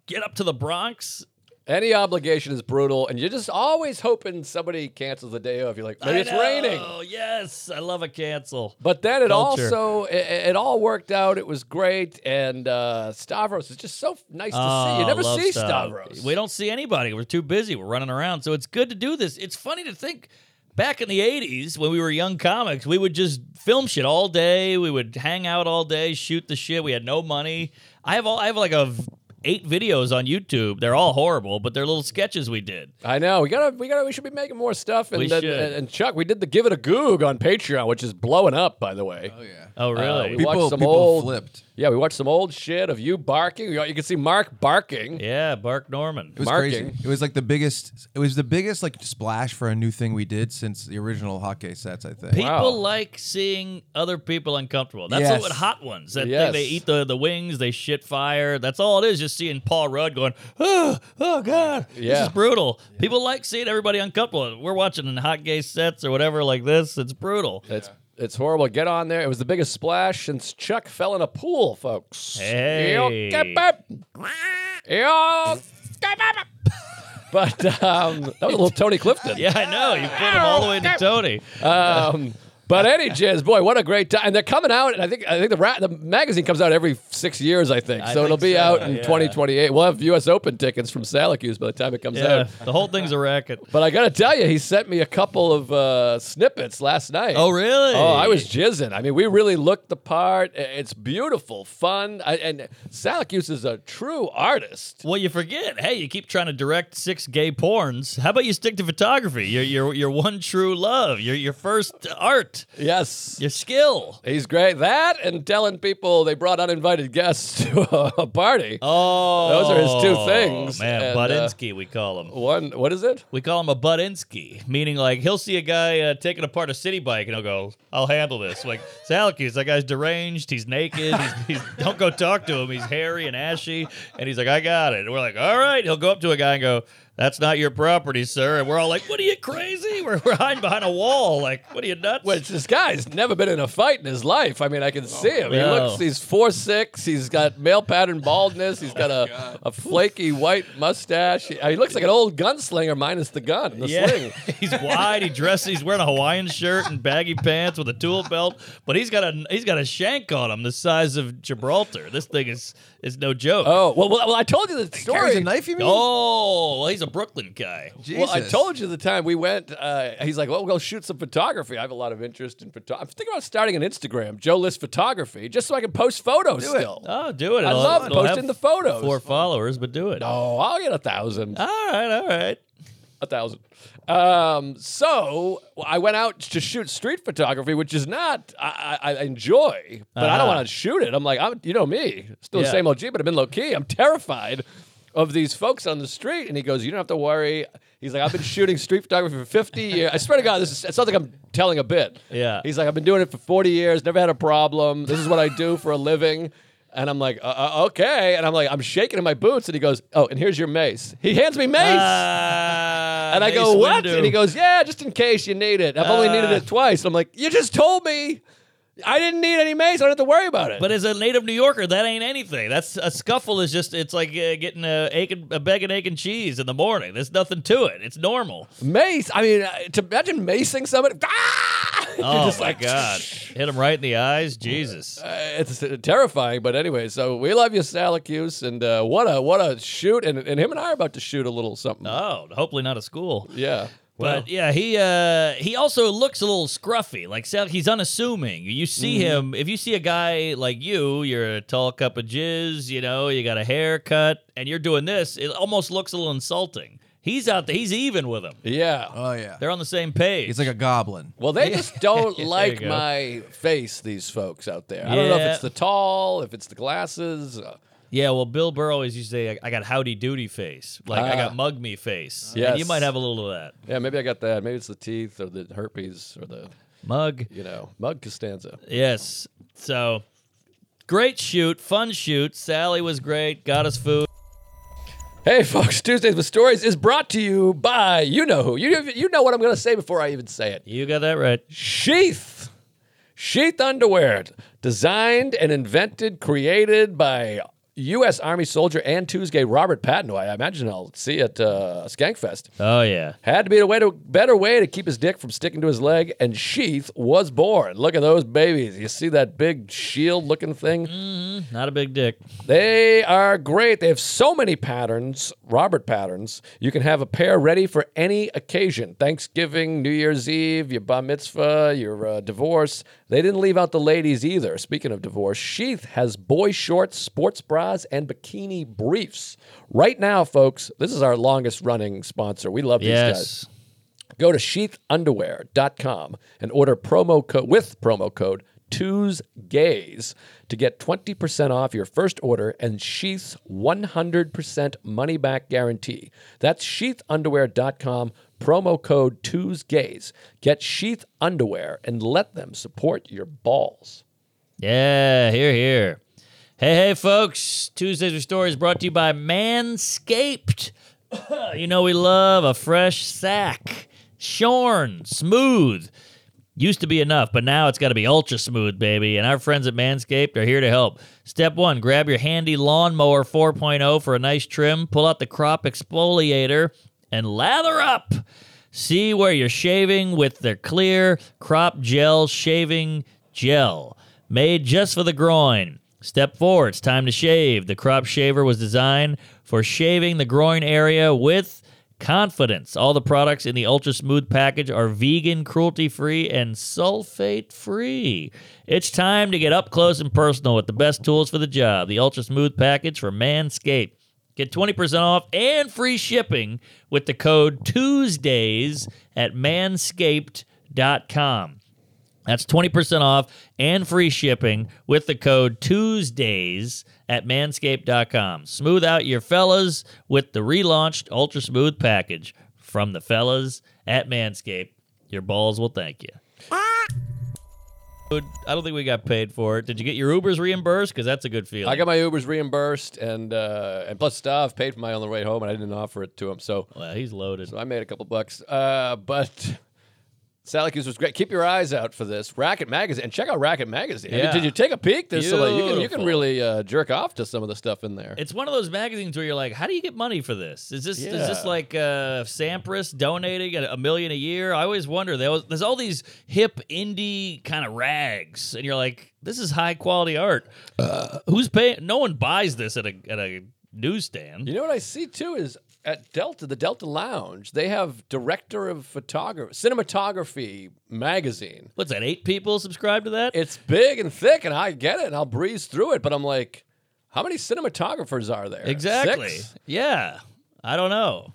[SPEAKER 3] get up to the Bronx.
[SPEAKER 2] Any obligation is brutal, and you're just always hoping somebody cancels the day off. You're like, maybe
[SPEAKER 3] I
[SPEAKER 2] it's
[SPEAKER 3] know.
[SPEAKER 2] raining.
[SPEAKER 3] Yes, I love a cancel.
[SPEAKER 2] But then it
[SPEAKER 3] Culture.
[SPEAKER 2] also it, it all worked out. It was great, and uh, Stavros is just so nice to see. You
[SPEAKER 3] Oh,
[SPEAKER 2] never
[SPEAKER 3] love
[SPEAKER 2] see
[SPEAKER 3] Stav.
[SPEAKER 2] Stavros.
[SPEAKER 3] We don't see anybody. We're too busy. We're running around. So it's good to do this. It's funny to think back in the 80s when we were young comics, we would just film shit all day. We would hang out all day, shoot the shit. We had no money. I have all I have like a v- eight videos on YouTube. They're all horrible, but they're little sketches we did.
[SPEAKER 2] I know. We gotta. We gotta. We should be making more stuff. And
[SPEAKER 3] We
[SPEAKER 2] then,
[SPEAKER 3] should.
[SPEAKER 2] and, and Chuck, we did the give it a goog on Patreon, which is blowing up, by the way.
[SPEAKER 4] Oh yeah.
[SPEAKER 3] Oh,
[SPEAKER 2] we
[SPEAKER 3] really?
[SPEAKER 2] watched
[SPEAKER 4] People
[SPEAKER 2] some
[SPEAKER 4] people
[SPEAKER 2] old-
[SPEAKER 4] flipped.
[SPEAKER 2] Yeah, we watched some old shit of you barking. You you can see Mark barking.
[SPEAKER 3] yeah, Bark Norman.
[SPEAKER 4] It was
[SPEAKER 2] Marking.
[SPEAKER 4] crazy. It was like the biggest. It was the biggest like splash for a new thing we did since the original hockey sets. I think.
[SPEAKER 3] People
[SPEAKER 2] Wow.
[SPEAKER 3] like seeing other people uncomfortable. That's
[SPEAKER 4] Yes.
[SPEAKER 3] what hot ones. That
[SPEAKER 2] Yes.
[SPEAKER 3] thing they eat the, the wings, they shit fire. That's all it is. Just seeing Paul Rudd going, oh, oh god, this
[SPEAKER 2] Yeah.
[SPEAKER 3] is brutal. People like seeing everybody uncomfortable. We're watching in hot gay sets or whatever like this. It's brutal.
[SPEAKER 2] It's it's horrible. Get on there. It was the biggest splash since Chuck fell in a pool, folks.
[SPEAKER 3] Hey.
[SPEAKER 2] Yo, get up. Yo, get up. But um, that was a little Tony Clifton.
[SPEAKER 3] Yeah, I know. You put them all the way to Tony.
[SPEAKER 2] Um, but any jizz, boy, what a great time! And they're coming out, and I think I think the ra- the magazine comes out every six years, I think. So
[SPEAKER 3] think
[SPEAKER 2] it'll be
[SPEAKER 3] so,
[SPEAKER 2] out in
[SPEAKER 3] yeah.
[SPEAKER 2] 2028. We'll have U.S. Open tickets from Salacuse by the time it comes
[SPEAKER 3] Yeah,
[SPEAKER 2] out.
[SPEAKER 3] the whole thing's a racket.
[SPEAKER 2] But I gotta tell you, he sent me a couple of uh, snippets last night.
[SPEAKER 3] Oh, really?
[SPEAKER 2] Oh, I was jizzing. I mean, we really looked the part. I- It's beautiful, fun, I, and Salacuse is a true artist.
[SPEAKER 3] Well, you forget. Hey, you keep trying to direct six gay porns. How about you stick to photography? Your your your one true love. Your your first art.
[SPEAKER 2] Yes.
[SPEAKER 3] Your skill.
[SPEAKER 2] He's great. That and telling people they brought uninvited guests to a, a party.
[SPEAKER 3] Oh,
[SPEAKER 2] Those are his two things.
[SPEAKER 3] Man,
[SPEAKER 2] And,
[SPEAKER 3] Budinsky, we call him.
[SPEAKER 2] One, what is it?
[SPEAKER 3] We call him a Budinsky, meaning like he'll see a guy uh, taking apart a city bike and he'll go, "I'll handle this." Like Salakis, that guy's deranged. He's naked. He's, he's don't go talk to him. He's hairy and ashy, and he's like, "I got it." And we're like, "All right." He'll go up to a guy and go, "That's not your property, sir." And we're all like, "What are you crazy?" We're, we're hiding behind a wall. Like, what are you nuts?
[SPEAKER 2] Which this guy's never been in a fight in his life. I mean,
[SPEAKER 4] Oh,
[SPEAKER 2] I can see him. He
[SPEAKER 3] No.
[SPEAKER 2] looks, he's four six. He's got male pattern baldness.
[SPEAKER 4] Oh,
[SPEAKER 2] He's got a, a flaky white mustache. He, he looks like an old gunslinger minus the gun, the sling.
[SPEAKER 3] he's wide. He dresses. He's wearing a Hawaiian shirt and baggy pants with a tool belt. But he's got a he's got a shank on him the size of Gibraltar. This thing is is no joke.
[SPEAKER 2] Oh well, well, well, I told you the
[SPEAKER 4] Carries
[SPEAKER 2] story.
[SPEAKER 4] a knife, you mean?
[SPEAKER 3] Oh, well, he's a Brooklyn guy.
[SPEAKER 4] Jesus.
[SPEAKER 2] Well, I told you the time we went. Uh, he's like, "Well, we'll go shoot some photography. I have a lot of interest in photography. I'm thinking about starting an Instagram, Joe List Photography, just so I can post photos
[SPEAKER 4] Do it.
[SPEAKER 2] still.
[SPEAKER 3] Oh, do it.
[SPEAKER 2] I
[SPEAKER 3] It'll-
[SPEAKER 2] love
[SPEAKER 3] it'll have
[SPEAKER 2] posting the photos.
[SPEAKER 3] Four followers, but do it.
[SPEAKER 2] Oh, I'll get a thousand.
[SPEAKER 3] All right, all right.
[SPEAKER 2] a thousand. Um, so I went out to shoot street photography, which is not I, I I enjoy, but I don't
[SPEAKER 3] Uh-huh.
[SPEAKER 2] want to shoot it. I'm like, I'm you know me, still
[SPEAKER 3] Yeah.
[SPEAKER 2] the same OG, but I'm in low key. I'm terrified of these folks on the street. And he goes, you don't have to worry. He's like, I've been shooting street photography for 50 years. I swear to God, this is, it sounds like I'm telling a bit.
[SPEAKER 3] Yeah.
[SPEAKER 2] He's like, I've been doing it for 40 years, never had a problem. This is what I do for a living. And I'm like, uh, uh, okay. And I'm like, I'm shaking in my boots. And he goes, oh, and here's your mace. He hands me mace.
[SPEAKER 3] Ah,
[SPEAKER 2] And I go,
[SPEAKER 3] Mace
[SPEAKER 2] what?
[SPEAKER 3] Windu.
[SPEAKER 2] And he goes, yeah, just in case you need it. I've only
[SPEAKER 3] Uh.
[SPEAKER 2] needed it twice. I'm like, you just told me I didn't need any mace. I don't have to worry about it.
[SPEAKER 3] But as a native New Yorker, that ain't anything. That's a scuffle is just it's like uh, getting a egg and, a bag of egg and cheese in the morning. There's nothing to it. It's normal.
[SPEAKER 2] mace, I mean, uh, to imagine macing somebody. Ah! You're
[SPEAKER 3] Oh
[SPEAKER 2] just
[SPEAKER 3] my
[SPEAKER 2] like,
[SPEAKER 3] god! Hit him right in the eyes, Jesus.
[SPEAKER 2] Uh, It's uh, terrifying, but anyway. So we love you, Salacuse, and uh, what a what a shoot! And, and him and I are about to shoot a little something.
[SPEAKER 3] Oh, hopefully not a school.
[SPEAKER 2] yeah,
[SPEAKER 3] But yeah, he uh, he also looks a little scruffy. Like Sal, he's unassuming. You see
[SPEAKER 2] Mm-hmm.
[SPEAKER 3] him if you see a guy like you, you're a tall cup of jizz. You know, you got a haircut, and you're doing this. It almost looks a little insulting. He's out there. He's even with him.
[SPEAKER 2] yeah.
[SPEAKER 4] Oh yeah.
[SPEAKER 3] They're on the same page.
[SPEAKER 4] He's like a goblin.
[SPEAKER 2] Well, they just don't
[SPEAKER 3] There you
[SPEAKER 2] like
[SPEAKER 3] go.
[SPEAKER 2] my face. These folks out there. I don't know
[SPEAKER 3] Yeah.
[SPEAKER 2] if it's the tall, if it's the glasses. Uh,
[SPEAKER 3] Yeah, well, Bill Burr always used to say, "I- "I got howdy doody face, like I
[SPEAKER 2] Ah.
[SPEAKER 3] got mug me face." Yeah,
[SPEAKER 2] Yes.
[SPEAKER 3] you might have a little of that.
[SPEAKER 2] Yeah, maybe I got that. Maybe it's the teeth or the herpes or the,
[SPEAKER 3] Mug,
[SPEAKER 2] you know, mug Costanza.
[SPEAKER 3] yes. So, great shoot, fun shoot. Sally was great, got us food.
[SPEAKER 2] Hey, folks, Tuesdays with Stories is brought to you by you know who. You, you know what I'm going to say before I even say it.
[SPEAKER 3] You got that right.
[SPEAKER 2] Sheath. Sheath underwear, designed and invented, created by U.S. Army soldier and Tuesday Robert Patton, who I imagine I'll see at uh, Skankfest.
[SPEAKER 3] Oh yeah,
[SPEAKER 2] Had to be a way to, better way to keep his dick from sticking to his leg, and Sheath was born. Look at those babies. You see that big shield looking thing?
[SPEAKER 3] not a big dick.
[SPEAKER 2] They are great. They have so many patterns, Robert patterns. You can have a pair ready for any occasion Thanksgiving, New Year's Eve, your bar mitzvah, your uh, divorce. They didn't leave out the ladies either. Speaking of divorce, Sheath has boy shorts, sports bras, and bikini briefs. Right now, folks, this is our longest running sponsor. We love these guys.
[SPEAKER 3] Yes,
[SPEAKER 2] Go to sheathunderwear.com and order promo code with promo code twos gays to get 20% off your first order and Sheath's 100% money back guarantee. That's sheathunderwear.com promo code twos gays. Get Sheath underwear and let them support your balls.
[SPEAKER 3] yeah, here, here. Hey, hey, folks! Tuesdays with Stories brought to you by Manscaped. you know we love a fresh sack, shorn, smooth. Used to be enough, but now it's got to be ultra smooth, baby. And our friends at Manscaped are here to help. Step one grab your handy lawnmower 4.0 for a nice trim, pull out the crop exfoliator, and lather up. See where you're shaving with their clear crop gel shaving gel, made just for the groin. Step four, it's time to shave. The crop shaver was designed for shaving the groin area with confidence. All the products in the Ultra Smooth package are vegan, cruelty free, and sulfate free. It's time to get up close and personal with the best tools for the job. The Ultra Smooth package for Manscaped. Get 20% off and free shipping with the code Tuesdays at manscaped.com. That's 20% off and free shipping with the code Tuesdays at manscaped.com. Smooth out your fellas with the relaunched Ultra Smooth package from the fellas at Manscaped. Your balls will thank you. Dude, I don't think we got paid for it. Did you get your Ubers reimbursed? Because that's a good feeling.
[SPEAKER 2] I got my Ubers reimbursed and uh, and plus stuff paid for my on the way home and I didn't offer it to him. So
[SPEAKER 3] well, he's loaded.
[SPEAKER 2] So I made a couple bucks. Uh, but Sally Hughes was great. Keep your eyes out for this Racket Magazine and check out Racket Magazine. I mean,
[SPEAKER 3] Yeah.
[SPEAKER 2] did you take a peek? There's like, you can you can
[SPEAKER 3] Beautiful.
[SPEAKER 2] really uh, jerk off to some of the stuff in there.
[SPEAKER 3] It's one of those magazines where you're like, how do you get money for this? Is this is
[SPEAKER 2] Yeah.
[SPEAKER 3] this like uh, Sampras donating a, a million a year? I always wonder. There was, there's all these hip indie kind of rags, and you're like, this is high quality art. Uh, Who's paying? No one buys this at a at a newsstand.
[SPEAKER 2] You know what I see too is at Delta, the Delta Lounge, they have director of photography, cinematography magazine.
[SPEAKER 3] What's that? Eight people subscribe to that?
[SPEAKER 2] It's big and thick, and I get it, and I'll breeze through it. But I'm like, how many cinematographers are there?
[SPEAKER 3] exactly.
[SPEAKER 2] Six?
[SPEAKER 3] Yeah. I don't know.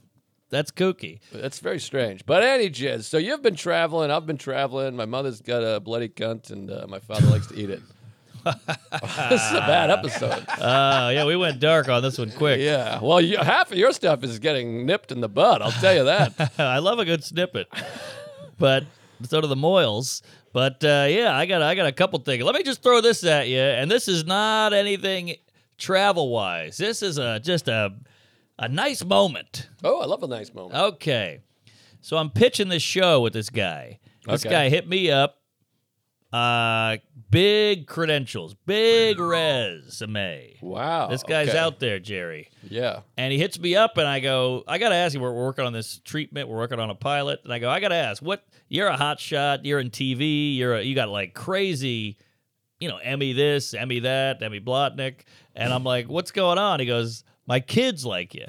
[SPEAKER 3] That's kooky.
[SPEAKER 2] That's very strange. But any jizz. So you've been traveling. I've been traveling. My mother's got a bloody cunt, and uh, my father likes to eat it. this is a bad episode.
[SPEAKER 3] Uh, yeah, we went dark on this one quick.
[SPEAKER 2] Yeah. Well, you, half of your stuff is getting nipped in the bud. I'll tell you that.
[SPEAKER 3] I love a good snippet, but so do the Moyles. But uh, yeah, I got I got a couple things. Let me just throw this at you, and this is not anything travel wise. This is a just a a nice moment.
[SPEAKER 2] Oh, I love a nice moment.
[SPEAKER 3] Okay, so I'm pitching this show with this guy. This
[SPEAKER 2] Okay.
[SPEAKER 3] guy hit me up. Uh, big credentials, big resume.
[SPEAKER 2] Wow.
[SPEAKER 3] This guy's
[SPEAKER 2] okay.
[SPEAKER 3] out there, Jerry.
[SPEAKER 2] Yeah.
[SPEAKER 3] And he hits me up, and I go, I gotta ask you. We're, we're working on this treatment. We're working on a pilot, and I go, I gotta ask. What? You're a hot shot. You're in TV. You're a, you got like crazy, you know, Emmy this, Emmy that, Emmy Blotnick. And I'm like, what's going on? He goes, my kids like you,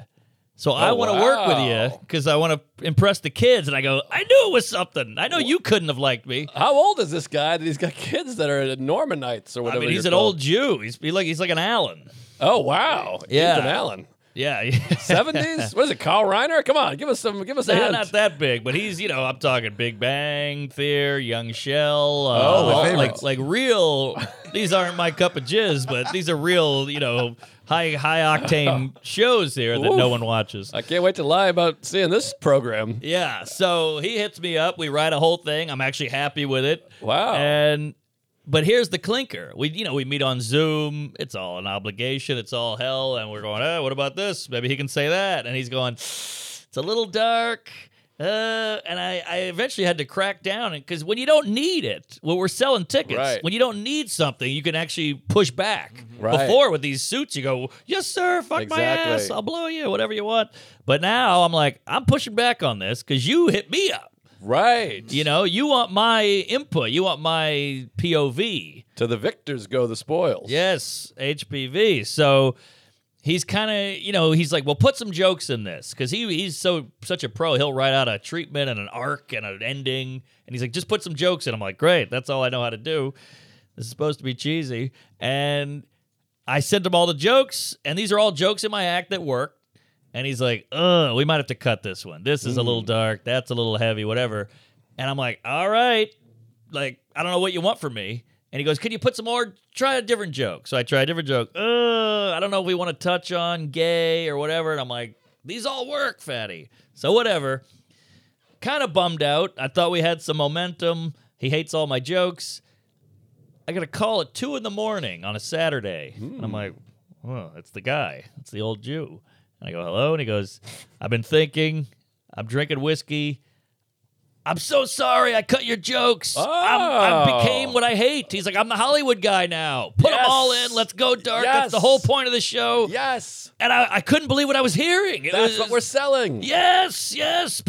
[SPEAKER 3] so I
[SPEAKER 2] Oh,
[SPEAKER 3] want to work with
[SPEAKER 2] wow.
[SPEAKER 3] you because I want to impress the kids. And I go, I knew it was something. I know you couldn't have liked me.
[SPEAKER 2] How old is this guy that he's got kids that are Normanites or
[SPEAKER 3] I
[SPEAKER 2] whatever?
[SPEAKER 3] mean, he's
[SPEAKER 2] you're
[SPEAKER 3] an
[SPEAKER 2] called?
[SPEAKER 3] old Jew. He's he like he's like an Allen.
[SPEAKER 2] Oh wow,
[SPEAKER 3] Yeah.
[SPEAKER 2] Ethan Allen,
[SPEAKER 3] Yeah.
[SPEAKER 2] seventies. what is it, Carl Reiner? Come on, give us some, give us a
[SPEAKER 3] Nah,
[SPEAKER 2] hint.
[SPEAKER 3] not that big, but he's you know I'm talking Big Bang Theory, Young Shell, uh,
[SPEAKER 2] Oh, my
[SPEAKER 3] all-
[SPEAKER 4] favorites.
[SPEAKER 3] like like real. These aren't my cup of jizz, but these are real you know high high octane shows here that no
[SPEAKER 2] Oof.
[SPEAKER 3] one watches.
[SPEAKER 2] I can't wait to lie about seeing this program.
[SPEAKER 3] Yeah, so he hits me up. We write a whole thing. I'm actually happy with it.
[SPEAKER 2] Wow.
[SPEAKER 3] And but here's the clinker. We you know we meet on Zoom. It's all an obligation. It's all hell. And we're going. Oh, what about this? Maybe he can say that. And he's going. It's a little dark. Uh, and I, I eventually had to crack down because when you don't need it, when we're selling tickets,
[SPEAKER 2] Right. Mm-hmm.
[SPEAKER 3] when you don't need something, you can actually push back.
[SPEAKER 2] Right.
[SPEAKER 3] Before with these suits, you go, yes, sir, fuck my
[SPEAKER 2] Exactly.
[SPEAKER 3] ass, I'll blow you, whatever you want. But now I'm like, I'm pushing back on this because you hit me up.
[SPEAKER 2] Right.
[SPEAKER 3] You know, you want my input, you want my POV.
[SPEAKER 2] to the victors go the spoils.
[SPEAKER 3] Yes, HPV. So he's kind of, you know, he's like, well, put some jokes in this because he he's so such a pro. He'll write out a treatment and an arc and an ending, and he's like, just put some jokes in. I'm like, great, that's all I know how to do. This is supposed to be cheesy, and I sent him all the jokes, and these are all jokes in my act that worked. And he's like, "Ugh, we might have to cut this one. This is a little dark. That's a little heavy. Whatever." And I'm like, "All right, like I don't know what you want from me." And he goes, "Can you put some more? Try a different joke." So I try a different joke. Uh, I don't know if we want to touch on gay or whatever. And I'm like, "These all work, fatty." So whatever. Kind of bummed out. I thought we had some momentum. He hates all my jokes. I got a call at two in the morning on a Saturday, and I'm like, "Well, it's the guy. It's the old Jew." And I go, "Hello," and he goes, "I've been thinking. I'm drinking whiskey." I'm so sorry I cut your jokes. I'm, I
[SPEAKER 2] Oh.
[SPEAKER 3] became what I hate. He's like, I'm the Hollywood guy now. Put them
[SPEAKER 2] Yes.
[SPEAKER 3] all in. Let's go dark. That's
[SPEAKER 2] Yes.
[SPEAKER 3] the whole point of the show.
[SPEAKER 2] Yes.
[SPEAKER 3] And I, I couldn't believe what I was hearing. It
[SPEAKER 2] That's
[SPEAKER 3] was-
[SPEAKER 2] what we're selling.
[SPEAKER 3] Yes, yes,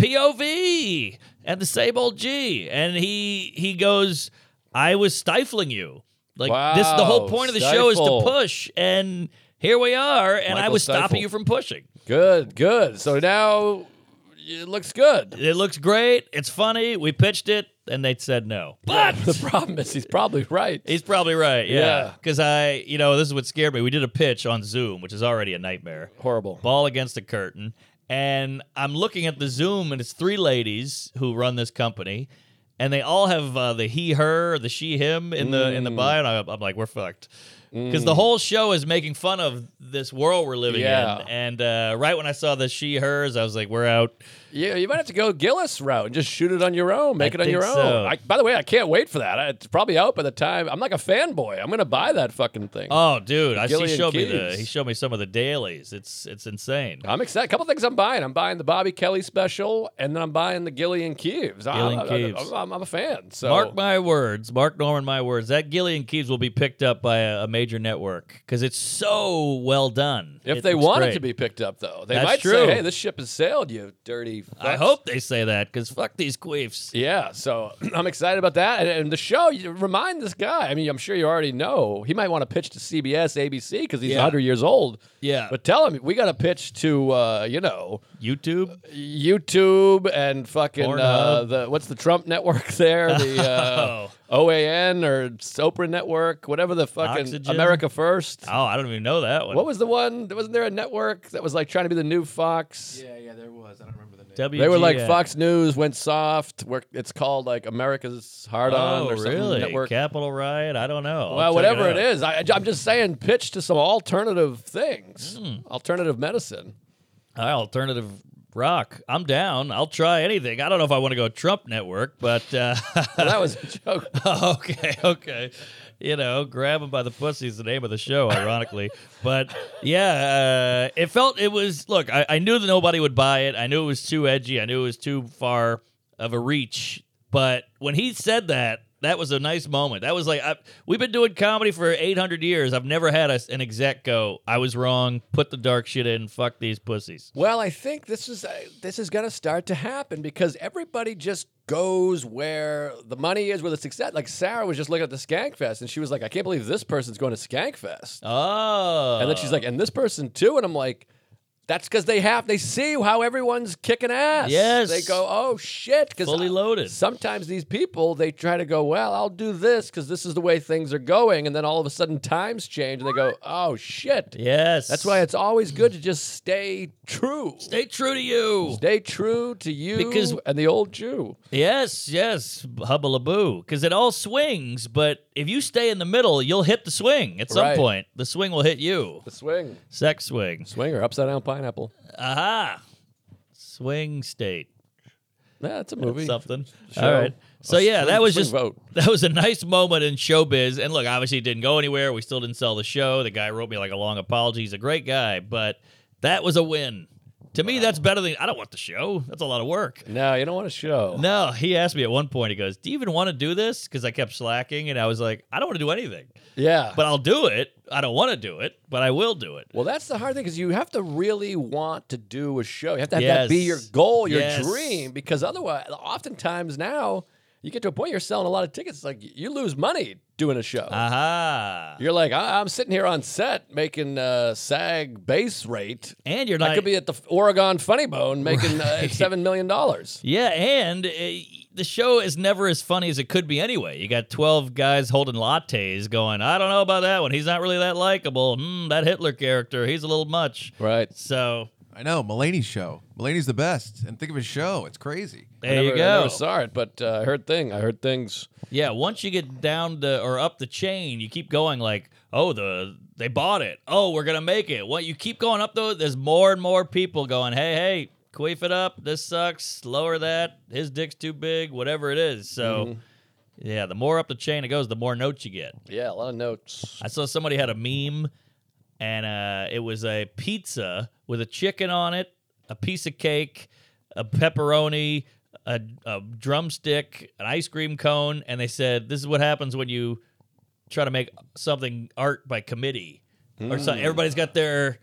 [SPEAKER 3] POV and the same old G. And he he goes, I was stifling you. Like this, the whole
[SPEAKER 2] Wow,
[SPEAKER 3] point of the show is to
[SPEAKER 2] stifle.
[SPEAKER 3] push, and here we are. And I
[SPEAKER 2] Michael
[SPEAKER 3] was
[SPEAKER 2] Stifle.
[SPEAKER 3] stopping you from pushing.
[SPEAKER 2] Good. Good. So now it looks good.
[SPEAKER 3] It looks great. It's funny. We pitched it, and they said no. But
[SPEAKER 2] the problem is he's probably right.
[SPEAKER 3] He's probably right. Yeah.
[SPEAKER 2] Yeah.
[SPEAKER 3] Because I, you know, this is what scared me. We did a pitch on Zoom, which is already a nightmare.
[SPEAKER 2] Horrible.
[SPEAKER 3] Ball against a curtain. And I'm looking at the Zoom, and it's three ladies who run this company. Mm. And they all have uh, the he, her, the she, him in the in the bio, and I'm, I'm like, we're fucked. because the whole show is making fun of this world we're living
[SPEAKER 2] Yeah.
[SPEAKER 3] in. And uh, right when I saw the she hers, I was like, we're out.
[SPEAKER 2] Yeah, you might have to go Gillis route and just shoot it on your own, make
[SPEAKER 3] I
[SPEAKER 2] it on your
[SPEAKER 3] think
[SPEAKER 2] own.
[SPEAKER 3] so.
[SPEAKER 2] I, by the way, I can't wait for that. I- It's probably out by the time. I'm like a fanboy. I'm gonna buy that fucking thing.
[SPEAKER 3] Oh, dude, I see.
[SPEAKER 2] Gillian
[SPEAKER 3] Showed me the
[SPEAKER 2] Keys.
[SPEAKER 3] he showed me some of the dailies. It's it's insane.
[SPEAKER 2] I'm excited. A couple things I'm buying. I'm buying the Bobby Kelly special, and then I'm buying the Gillian Keeves.
[SPEAKER 3] Gillian
[SPEAKER 2] I'm,
[SPEAKER 3] Keeves.
[SPEAKER 2] I'm, I'm- I'm a fan. So
[SPEAKER 3] Mark my words, Mark Norman, my words. That Gillian Keys will be picked up by a, a major network because it's so well done.
[SPEAKER 2] if
[SPEAKER 3] It
[SPEAKER 2] they
[SPEAKER 3] looks
[SPEAKER 2] want it
[SPEAKER 3] great.
[SPEAKER 2] to be picked up, though, they
[SPEAKER 3] That's
[SPEAKER 2] might
[SPEAKER 3] true.
[SPEAKER 2] say, "Hey, this ship has sailed, you dirty."
[SPEAKER 3] I
[SPEAKER 2] fucks."
[SPEAKER 3] hope they say that because fuck these queefs.
[SPEAKER 2] Yeah, so I'm excited about that. And, and the show, you remind this guy. I mean, I'm sure you already know. He might want to pitch to CBS, ABC because he's
[SPEAKER 3] Yeah.
[SPEAKER 2] 100 years old.
[SPEAKER 3] Yeah.
[SPEAKER 2] But tell him we got to pitch to, uh, you know,
[SPEAKER 3] YouTube.
[SPEAKER 2] YouTube and fucking uh,
[SPEAKER 3] Pornhub.
[SPEAKER 2] the what's the Trump network there? The uh, OAN or Oprah network, whatever the fucking
[SPEAKER 3] Oxygen?
[SPEAKER 2] America First.
[SPEAKER 3] Oh, I don't even know that one.
[SPEAKER 2] What was the one? Wasn't there a network that was like trying to be the new Fox?
[SPEAKER 4] Yeah, yeah, there was. I don't remember the name.
[SPEAKER 3] WGN.
[SPEAKER 2] They were like Fox News went soft. We're, it's called like America's Hard On
[SPEAKER 3] Oh,
[SPEAKER 2] or something.
[SPEAKER 3] really?
[SPEAKER 2] Network.
[SPEAKER 3] Capital Riot. I don't know. I'll
[SPEAKER 2] well,
[SPEAKER 3] check
[SPEAKER 2] whatever it
[SPEAKER 3] out.
[SPEAKER 2] is, I, I'm just saying, pitch to some alternative things,
[SPEAKER 3] Hmm.
[SPEAKER 2] alternative medicine.
[SPEAKER 3] All right, alternative rock. I'm down. I'll try anything. I don't know if I want to go Trump Network, but uh,
[SPEAKER 2] Well, that was a joke.
[SPEAKER 3] okay, okay. You know, grab him by the pussy is the name of the show, ironically. but yeah, uh, it felt it was. Look, I, I knew that nobody would buy it. I knew it was too edgy. I knew it was too far of a reach. But when he said that, that was a nice moment. That was like I, we've been doing comedy for 800 years. I've never had a, an exec go, "I was wrong. Put the dark shit in. Fuck these pussies."
[SPEAKER 2] Well, I think this is uh, this is going to start to happen because everybody just goes where the money is, where the success. Like Sarah was just looking at the Skankfest, and she was like, "I can't believe this person's going to Skankfest,"
[SPEAKER 3] Oh,
[SPEAKER 2] and then she's like, "And this person too," and I'm like. That's because they have they see how everyone's kicking ass.
[SPEAKER 3] Yes.
[SPEAKER 2] they go, oh shit, because
[SPEAKER 3] Fully loaded.
[SPEAKER 2] Sometimes these people they try to go, well, I'll do this because this is the way things are going, and then all of a sudden times change, and they go, oh shit.
[SPEAKER 3] "Yes."
[SPEAKER 2] That's why it's always good to just stay true.
[SPEAKER 3] stay true to you.
[SPEAKER 2] Stay true to you
[SPEAKER 3] Because-
[SPEAKER 2] and the old Jew.
[SPEAKER 3] Yes, yes, hubba boo. Because it all swings, but if you stay in the middle, you'll hit the swing at some
[SPEAKER 2] Right.
[SPEAKER 3] point. The swing will hit you.
[SPEAKER 2] The swing.
[SPEAKER 3] Sex swing.
[SPEAKER 2] Swinger, upside down pineapple.
[SPEAKER 3] Aha. Swing state.
[SPEAKER 2] Yeah, that's a movie.
[SPEAKER 3] Something.
[SPEAKER 2] Show.
[SPEAKER 3] All right. So
[SPEAKER 2] A
[SPEAKER 3] yeah,
[SPEAKER 2] swing-
[SPEAKER 3] that was
[SPEAKER 2] swing
[SPEAKER 3] just
[SPEAKER 2] vote.
[SPEAKER 3] that was a nice moment in showbiz. And look, obviously it didn't go anywhere. We still didn't sell the show. The guy wrote me like a long apology. He's a great guy, but that was a win. To me, that's better than I don't want the show. That's a lot of work.
[SPEAKER 2] No, you don't want to show.
[SPEAKER 3] No, he asked me at one point, he goes, Do you even want to do this? Because I kept slacking and I was like, I don't want to do anything,
[SPEAKER 2] Yeah.
[SPEAKER 3] but I'll do it. I don't want to do it, but I will do it.
[SPEAKER 2] well, that's the hard thing because you have to really want to do a show. You have to have that
[SPEAKER 3] Yes.
[SPEAKER 2] be your goal, your
[SPEAKER 3] Yes.
[SPEAKER 2] dream, because otherwise, oftentimes now, you get to a point you're selling a lot of tickets. It's like you lose money doing a show.
[SPEAKER 3] Uh, Aha.
[SPEAKER 2] you're like, I- I'm sitting here on set making uh, SAG base rate.
[SPEAKER 3] And you're
[SPEAKER 2] I
[SPEAKER 3] not.
[SPEAKER 2] could be at the Oregon Funny Bone making uh, $7 million.
[SPEAKER 3] yeah, and uh, the show is never as funny as it could be anyway. You got 12 guys holding lattes going, I don't know about that one. He's not really that likable. Hmm, that Hitler character, he's a little much.
[SPEAKER 2] Right.
[SPEAKER 3] So
[SPEAKER 4] I know Mulaney's show. Mulaney's the best. And think of his show. It's crazy.
[SPEAKER 3] there
[SPEAKER 2] I
[SPEAKER 3] you
[SPEAKER 2] never-
[SPEAKER 3] go.
[SPEAKER 2] I never saw it, but uh, I heard thing. I heard things.
[SPEAKER 3] Yeah, once you get down the or up the chain, you keep going like, oh, the they bought it. Oh, we're gonna make it. Well, you keep going up though. There's more and more people going, hey, hey, queef it up. This sucks. Lower that. His dick's too big. Whatever it is. So, yeah, the more up the chain it goes, the more notes you get.
[SPEAKER 2] Yeah, a lot of notes.
[SPEAKER 3] I saw somebody had a meme, and uh, it was a pizza with a chicken on it, a piece of cake, a pepperoni, a, a drumstick, an ice cream cone, and they said, "This is what happens when you try to make something art by committee." Or
[SPEAKER 2] Hmm.
[SPEAKER 3] so everybody's got their,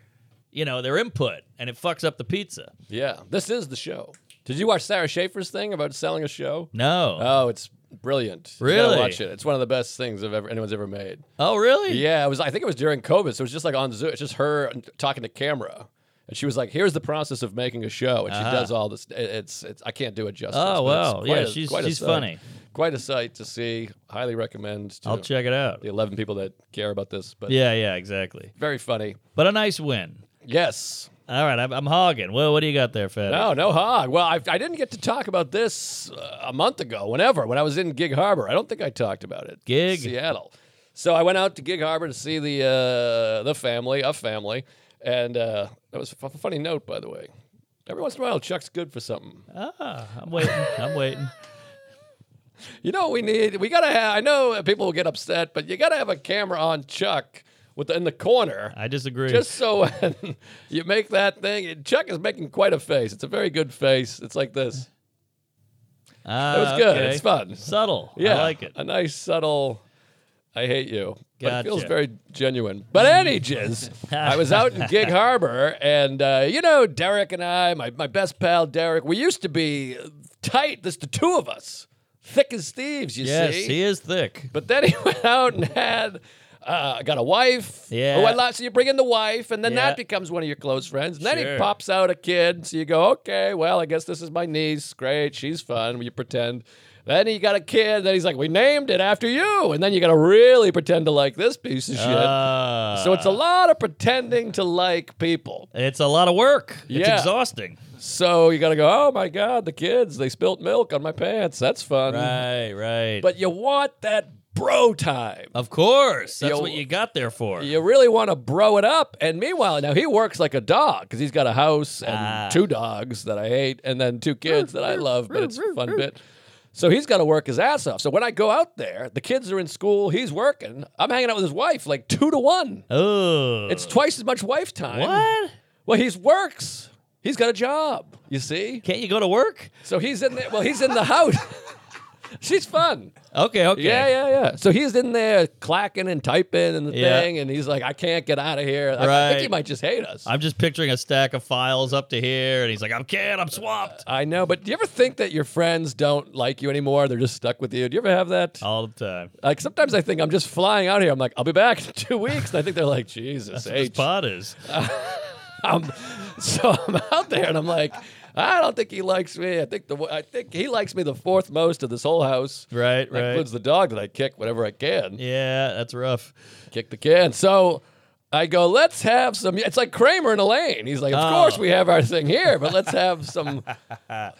[SPEAKER 3] you know, their input, and it fucks up the pizza.
[SPEAKER 2] Yeah, this is the show. Did you watch Sarah Schaefer's thing about selling a show?
[SPEAKER 3] No.
[SPEAKER 2] Oh, it's brilliant. You gotta
[SPEAKER 3] Really?
[SPEAKER 2] watch it. It's one of the best things I've ever anyone's ever made.
[SPEAKER 3] oh, really?
[SPEAKER 2] Yeah, it was. I think it was during COVID, so it was just like on Zoom. It's just her talking to camera, and she was like, "Here's the process of making a show," and she does all this. it- It's, it's I can't do it justice.
[SPEAKER 3] Uh-huh. Oh,
[SPEAKER 2] but it's
[SPEAKER 3] wow.
[SPEAKER 2] quite
[SPEAKER 3] Yeah,
[SPEAKER 2] a-
[SPEAKER 3] she's-
[SPEAKER 2] quite a
[SPEAKER 3] she's
[SPEAKER 2] sight.
[SPEAKER 3] funny.
[SPEAKER 2] Quite a sight to see. Highly recommend. To
[SPEAKER 3] I'll check it out.
[SPEAKER 2] the eleven people that care about this, but
[SPEAKER 3] Yeah, yeah, exactly.
[SPEAKER 2] very funny.
[SPEAKER 3] But a nice win.
[SPEAKER 2] Yes,
[SPEAKER 3] All right, I'm, I'm hogging. Well, what do you got there, Fed?
[SPEAKER 2] No, Oh, no hog. Well, I, I didn't get to talk about this uh, a month ago, whenever, when I was in Gig Harbor. I don't think I talked about it.
[SPEAKER 3] Gig?
[SPEAKER 2] Seattle. So I went out to Gig Harbor to see the uh, the family, a family, and uh, that was a f- funny note, by the way. Every once in a while, Chuck's good for something.
[SPEAKER 3] Ah, I'm waiting. I'm waiting.
[SPEAKER 2] You know what we need? We gotta have. I know people will get upset, but you gotta have a camera on Chuck with in the corner.
[SPEAKER 3] I disagree.
[SPEAKER 2] just so when you make that thing, Chuck is making quite a face. It's a very good face. It's like this.
[SPEAKER 3] Ah,
[SPEAKER 2] It was good.
[SPEAKER 3] okay.
[SPEAKER 2] It's fun.
[SPEAKER 3] Subtle.
[SPEAKER 2] Yeah, Uh,
[SPEAKER 3] I like it.
[SPEAKER 2] A nice subtle. I hate you. But it feels
[SPEAKER 3] Gotcha.
[SPEAKER 2] very genuine. But any jizz, I was out in Gig Harbor, and uh, you know Derek and I, my my best pal Derek, we used to be tight. Just the two of us, thick as thieves. You
[SPEAKER 3] Yes,
[SPEAKER 2] see.
[SPEAKER 3] he is thick.
[SPEAKER 2] But then he went out and had uh, got a wife.
[SPEAKER 3] Yeah.
[SPEAKER 2] Oh, I love, so you bring in the wife, and then
[SPEAKER 3] Yeah.
[SPEAKER 2] that becomes one of your close friends. And then
[SPEAKER 3] Sure.
[SPEAKER 2] he pops out a kid. So you go, okay, well, I guess this is my niece. Great, she's fun. You pretend. Then he got a kid. Then he's like, we named it after you. And then you got to really pretend to like this piece of shit.
[SPEAKER 3] Ah.
[SPEAKER 2] so it's a lot of pretending to like people.
[SPEAKER 3] It's a lot of work.
[SPEAKER 2] Yeah.
[SPEAKER 3] It's exhausting.
[SPEAKER 2] So you got to go, oh my God, the kids, they spilt milk on my pants. That's fun.
[SPEAKER 3] Right, right.
[SPEAKER 2] But you want that bro time.
[SPEAKER 3] of course, that's
[SPEAKER 2] Yo-
[SPEAKER 3] what you got there for.
[SPEAKER 2] You really want to bro it up. And meanwhile, now he works like a dog because he's got a house and
[SPEAKER 3] Ah.
[SPEAKER 2] two dogs that I hate and then two kids that I love, but it's a fun bit. So he's got to work his ass off. So when I go out there, the kids are in school, he's working. I'm hanging out with his wife like two to one.
[SPEAKER 3] oh,
[SPEAKER 2] It's twice as much wife time.
[SPEAKER 3] what?
[SPEAKER 2] Well, he's works. He's got a job, you see?
[SPEAKER 3] Can't you go to work?
[SPEAKER 2] So he's in there. Well, he's in the house. She's fun.
[SPEAKER 3] Okay, okay.
[SPEAKER 2] Yeah, yeah, yeah. So he's in there clacking and typing and the
[SPEAKER 3] Yeah.
[SPEAKER 2] thing, and he's like, I can't get out of here. I- I,
[SPEAKER 3] Right.
[SPEAKER 2] think he might just hate us. i
[SPEAKER 3] I'm just picturing a stack of files up to here, and he's like, "I'm kid, I'm swamped."
[SPEAKER 2] know, but do you ever think that your friends don't like you anymore? They're just stuck with you. Do you ever have that?
[SPEAKER 3] All the time.
[SPEAKER 2] Like sometimes I think I'm just flying out here. I'm like, I'll be back in two weeks. And I think they're like, Jesus,
[SPEAKER 3] This
[SPEAKER 2] H.
[SPEAKER 3] pod is.
[SPEAKER 2] I'm, so I'm out there and I'm like, I don't think he likes me. I think the I think he likes me the fourth most of this whole house.
[SPEAKER 3] Right,
[SPEAKER 2] That
[SPEAKER 3] right.
[SPEAKER 2] includes the dog that I kick whenever I can.
[SPEAKER 3] Yeah, that's rough.
[SPEAKER 2] kick the can. So I go, let's have some. It's like Kramer and Elaine. He's like, of
[SPEAKER 3] Oh.
[SPEAKER 2] course we have our thing here, but let's have some.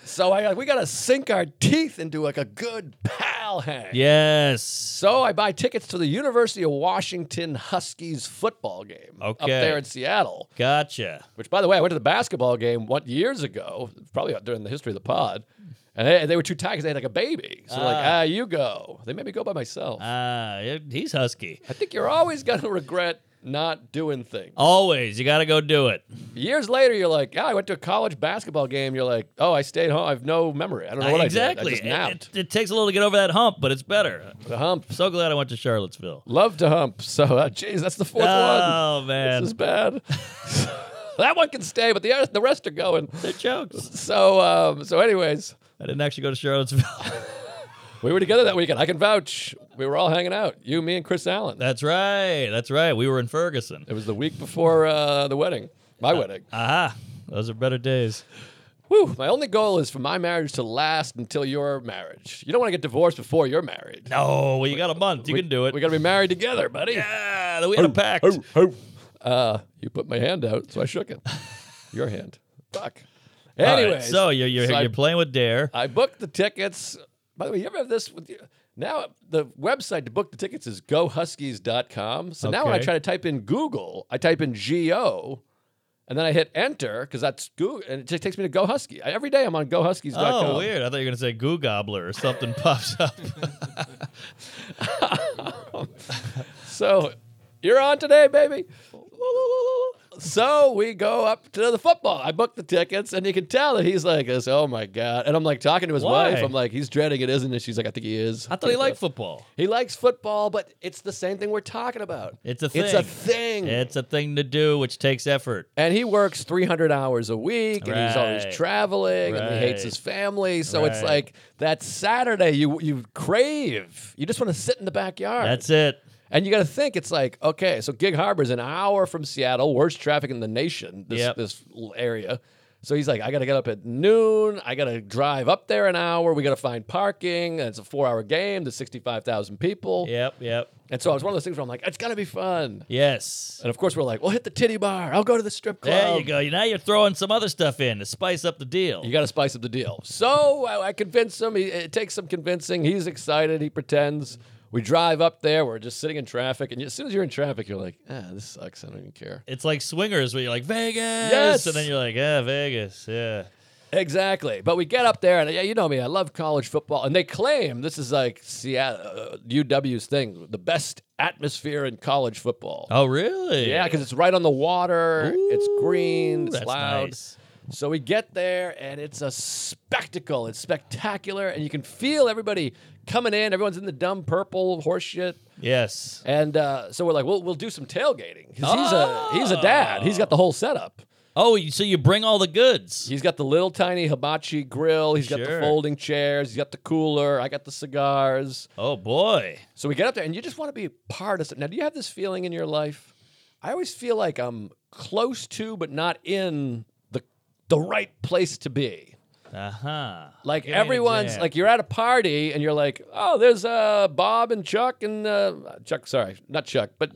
[SPEAKER 2] so I we got to sink our teeth into like a good pal hang.
[SPEAKER 3] Yes.
[SPEAKER 2] So I buy tickets to the University of Washington Huskies football game up
[SPEAKER 3] Okay.
[SPEAKER 2] there in Seattle.
[SPEAKER 3] Gotcha.
[SPEAKER 2] Which, by the way, I went to the basketball game one years ago, probably during the history of the pod, and they, they were too tired 'cause they had like a baby. So they're like,
[SPEAKER 3] Ah.
[SPEAKER 2] ah, you go. They made me go by myself.
[SPEAKER 3] Ah, yeah, he's husky.
[SPEAKER 2] I think you're always gonna regret not doing things.
[SPEAKER 3] Always, you got to go do it.
[SPEAKER 2] Years later, you're like, yeah, I went to a college basketball game. You're like, oh, I stayed home. I have no memory. I don't know what
[SPEAKER 3] exactly.
[SPEAKER 2] I did. I just
[SPEAKER 3] It-
[SPEAKER 2] napped.
[SPEAKER 3] It, it takes a little to get over that hump, but it's better.
[SPEAKER 2] the hump.
[SPEAKER 3] So glad I went to Charlottesville.
[SPEAKER 2] Love to hump. So, uh, geez, that's the fourth one.
[SPEAKER 3] oh man,
[SPEAKER 2] This is bad. that one can stay, but the, other- the rest are going.
[SPEAKER 3] they're jokes.
[SPEAKER 2] So, um, so anyways,
[SPEAKER 3] I didn't actually go to Charlottesville.
[SPEAKER 2] we were together that weekend. I can vouch. We were all hanging out. You, me, and Chris Allen.
[SPEAKER 3] that's right. That's right. We were in Ferguson.
[SPEAKER 2] It was the week before uh, the wedding. My wedding.
[SPEAKER 3] Aha. Those are better days.
[SPEAKER 2] Whew, my only goal is for my marriage to last until your marriage. You don't want to get divorced before you're married.
[SPEAKER 3] No, well, you got a month. You can do it.
[SPEAKER 2] Oh, We got to be married together, buddy.
[SPEAKER 3] yeah, we had a pact.
[SPEAKER 2] Uh, you put my hand out, so I shook it. Your hand. Fuck.
[SPEAKER 3] All right,
[SPEAKER 2] Anyway,
[SPEAKER 3] so you're you're,
[SPEAKER 2] so I-
[SPEAKER 3] you're playing with Dare.
[SPEAKER 2] I booked the tickets. By the way, you ever have this with you? Now the website to book the tickets is gohuskies.com. So now when I
[SPEAKER 3] Okay.
[SPEAKER 2] try to type in Google, I type in GO and then I hit enter because that's Google and it just takes me to Go Husky. I- Every day I'm on gohuskies.com.
[SPEAKER 3] Oh, weird. I thought you were gonna say Goo Gobbler or something pops up.
[SPEAKER 2] So you're on today, baby. So we go up to the football. I booked the tickets, and you can tell that he's like, this, "Oh my god!" And I'm like talking to his
[SPEAKER 3] Why?
[SPEAKER 2] wife. I'm like, "He's dreading it, isn't it?" She's like, "I think he is."
[SPEAKER 3] I thought he liked football.
[SPEAKER 2] He likes football, but it's the same thing we're talking about.
[SPEAKER 3] It's a
[SPEAKER 2] It's a
[SPEAKER 3] thing.
[SPEAKER 2] thing.
[SPEAKER 3] It's a thing to do, which takes effort.
[SPEAKER 2] and he works 300 hours a week, and he's
[SPEAKER 3] Right.
[SPEAKER 2] always traveling, and he hates
[SPEAKER 3] Right.
[SPEAKER 2] his family. So it's
[SPEAKER 3] Right.
[SPEAKER 2] like that Saturday you you crave. You just want to sit in the backyard.
[SPEAKER 3] That's it.
[SPEAKER 2] And you got to think it's like okay, so Gig Harbor's an hour from Seattle, worst traffic in the nation. This
[SPEAKER 3] Yep.
[SPEAKER 2] this l- area. So he's like, I got to get up at noon. I got to drive up there an hour. We got to find parking. And it's a four-hour game. There's sixty-five thousand people.
[SPEAKER 3] Yep, yep.
[SPEAKER 2] And so it's one of those things where I'm like, it's got to be fun.
[SPEAKER 3] Yes.
[SPEAKER 2] And of course, we're like, well, hit the titty bar. I'll go to the strip club.
[SPEAKER 3] There you go. Now you're throwing some other stuff in to spice up the deal.
[SPEAKER 2] You got to spice up the deal. So I, I convince him. He, it takes some convincing. He's excited. He pretends. We drive up there. We're just sitting in traffic, and as soon as you're in traffic, you're like, ah, this sucks. I don't even care.
[SPEAKER 3] It's like swingers where you're like Vegas,
[SPEAKER 2] Yes!
[SPEAKER 3] and then you're like, yeah, Vegas, yeah.
[SPEAKER 2] Exactly. But we get up there, and yeah, you know me. I love college football, and they claim this is like Seattle uh, UW's thing, the best atmosphere in college football.
[SPEAKER 3] Oh, really?
[SPEAKER 2] Yeah, because it's right on the water. it's green.
[SPEAKER 3] Ooh,
[SPEAKER 2] It's
[SPEAKER 3] that's
[SPEAKER 2] loud.
[SPEAKER 3] nice.
[SPEAKER 2] So we get there, and it's a spectacle. It's spectacular, and you can feel everybody coming in. Everyone's in the dumb purple horseshit.
[SPEAKER 3] Yes.
[SPEAKER 2] And uh, so we're like, we'll, we'll do some tailgating. 'Cause He's, a, he's a dad. He's got the whole setup.
[SPEAKER 3] Oh, you- so you bring all the goods.
[SPEAKER 2] He's got the little tiny hibachi grill. He's got the
[SPEAKER 3] Sure.
[SPEAKER 2] folding chairs. He's got the cooler. I got the cigars.
[SPEAKER 3] Oh boy.
[SPEAKER 2] So we get up there, and you just want to be part of something. Now, do you have this feeling in your life? I always feel like I'm close to, but not in the the right place to be.
[SPEAKER 3] Uh huh.
[SPEAKER 2] Like
[SPEAKER 3] Give me an
[SPEAKER 2] everyone's
[SPEAKER 3] example.
[SPEAKER 2] like you're at a party, and you're like, oh, there's uh, Bob and Chuck and uh, Chuck. Sorry, not Chuck, but.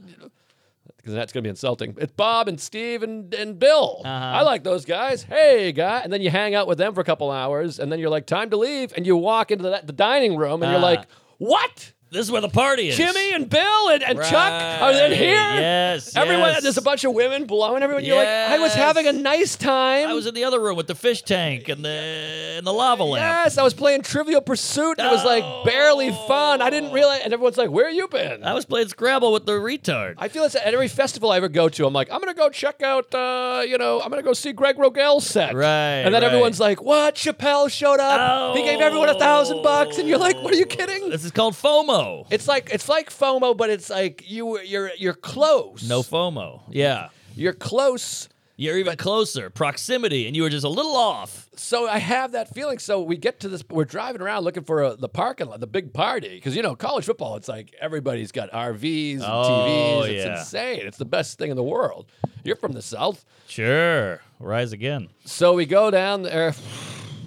[SPEAKER 2] Because that's going to be insulting. It's Bob and Steve and, and Bill.
[SPEAKER 3] Uh-huh.
[SPEAKER 2] I like those guys. Hey, guy. And then you hang out with them for a couple hours, and then you're like, time to leave. And you walk into the, the dining room, and you're
[SPEAKER 3] Ah.
[SPEAKER 2] like, what?
[SPEAKER 3] This is where the party is.
[SPEAKER 2] Jimmy and Bill and, and Chuck are in
[SPEAKER 3] Right.
[SPEAKER 2] here.
[SPEAKER 3] Yes,
[SPEAKER 2] Everyone,
[SPEAKER 3] yes.
[SPEAKER 2] there's a bunch of women blowing everyone. You're like, I was
[SPEAKER 3] Yes.
[SPEAKER 2] having a nice time.
[SPEAKER 3] I was in the other room with the fish tank and the and the lava lamp.
[SPEAKER 2] yes, I was playing Trivial Pursuit. And It was like barely fun. I didn't realize. And everyone's like, where you been?
[SPEAKER 3] I was playing Scrabble with the retard.
[SPEAKER 2] I feel it's at every festival I ever go to. I'm like, I'm gonna go check out, uh, you know, I'm gonna go see Greg Rogel's set.
[SPEAKER 3] Right,
[SPEAKER 2] And then
[SPEAKER 3] right. Oh.
[SPEAKER 2] everyone's like, "What? Chappelle showed up. He gave everyone a thousand bucks." And you're like, "What are you kidding?"
[SPEAKER 3] This is called FOMO.
[SPEAKER 2] It's like it's like FOMO, but it's like you you're you're close.
[SPEAKER 3] No FOMO. Yeah.
[SPEAKER 2] you're close.
[SPEAKER 3] You're even closer, proximity, and you were just a little off.
[SPEAKER 2] so I have that feeling. So we get to this, we're driving around looking for a, the parking lot, the big party, because you know college football. It's like everybody's got RVs and
[SPEAKER 3] Oh,
[SPEAKER 2] TVs. It's
[SPEAKER 3] yeah.
[SPEAKER 2] insane. It's the best thing in the world. You're from the south,
[SPEAKER 3] Sure. Rise again.
[SPEAKER 2] so we go down there.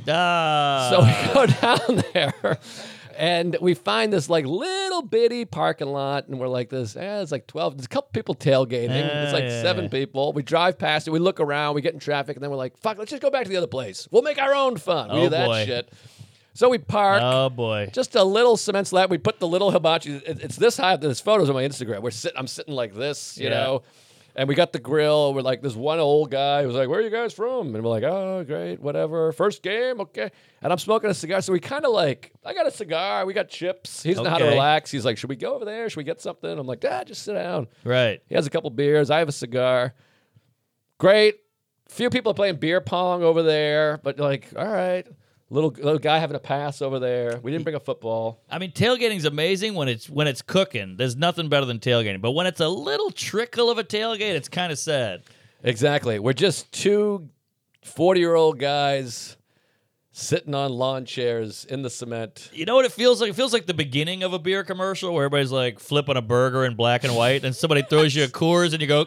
[SPEAKER 3] Ah.
[SPEAKER 2] So we go down there. And we find this like little bitty parking lot, and we're like this. Eh, it's like twelve. There's a couple people tailgating. it's
[SPEAKER 3] Ah,
[SPEAKER 2] like
[SPEAKER 3] yeah,
[SPEAKER 2] seven
[SPEAKER 3] yeah.
[SPEAKER 2] people. We drive past it. We look around. We get in traffic, and then we're like, "Fuck, let's just go back to the other place. We'll make our own fun." We
[SPEAKER 3] Oh,
[SPEAKER 2] do that
[SPEAKER 3] boy.
[SPEAKER 2] shit. So we park.
[SPEAKER 3] oh boy.
[SPEAKER 2] Just a little cement slab. We put the little hibachi. it- It's this high. up. There's photos on my Instagram. We're sit, I'm sitting like this, you
[SPEAKER 3] Yeah.
[SPEAKER 2] know. And we got the grill. We're like, this one old guy was like, "Where are you guys from?" And we're like, "Oh, great, whatever. First game, okay." And I'm smoking a cigar, so we kind of like, I got a cigar. We got chips. He doesn't know how to
[SPEAKER 3] Okay.
[SPEAKER 2] relax. He's like, "Should we go over there? Should we get something?" I'm like, "Dad, just sit down."
[SPEAKER 3] Right.
[SPEAKER 2] He has a couple beers. I have a cigar. Great. Few people are playing beer pong over there, but like, all right. Little little guy having a pass over there. We didn't bring a football.
[SPEAKER 3] I mean, tailgating's amazing when it's when it's cooking. There's nothing better than tailgating. But when it's a little trickle of a tailgate, it's kind of sad.
[SPEAKER 2] Exactly. We're just two 40 year old guys sitting on lawn chairs in the cement.
[SPEAKER 3] You know what it feels like? It feels like the beginning of a beer commercial where everybody's like flipping a burger in black and white, and somebody throws you a Coors, and you go,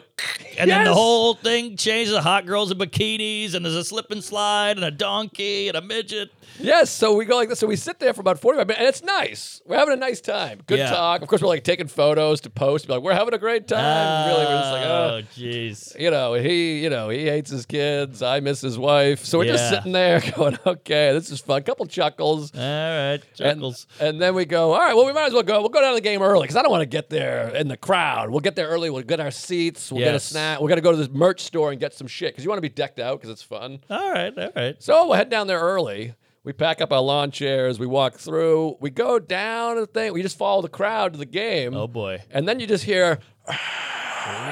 [SPEAKER 3] and then the
[SPEAKER 2] Yes!
[SPEAKER 3] whole thing changes. The hot girls in bikinis, and there's a slip and slide, and a donkey, and a midget.
[SPEAKER 2] Yes, so we go like this. So we sit there for about 45 minutes, and it's nice. We're having a nice time. Good
[SPEAKER 3] Yeah.
[SPEAKER 2] talk. Of course, we're like taking photos to post. Be like, we're having a great time. really, we're just like, oh,
[SPEAKER 3] oh, jeez.
[SPEAKER 2] you know, he, you know, he hates his kids. I miss his wife. So we're just
[SPEAKER 3] Yeah.
[SPEAKER 2] sitting there going, okay, this is fun. Couple chuckles.
[SPEAKER 3] All right,
[SPEAKER 2] And,
[SPEAKER 3] chuckles.
[SPEAKER 2] and then we go, all right, well, we might as well go. We'll go down to the game early because I don't want to get there in the crowd. We'll get there early. We'll get our seats. We'll get a
[SPEAKER 3] Yes.
[SPEAKER 2] snack. We're going to go to this merch store and get some shit because you want to be decked out because it's fun.
[SPEAKER 3] all right, all right.
[SPEAKER 2] So we'll head down there early. We pack up our lawn chairs. We walk through. We go down to the thing. We just follow the crowd to the game.
[SPEAKER 3] Oh boy,
[SPEAKER 2] And then you just hear Oh,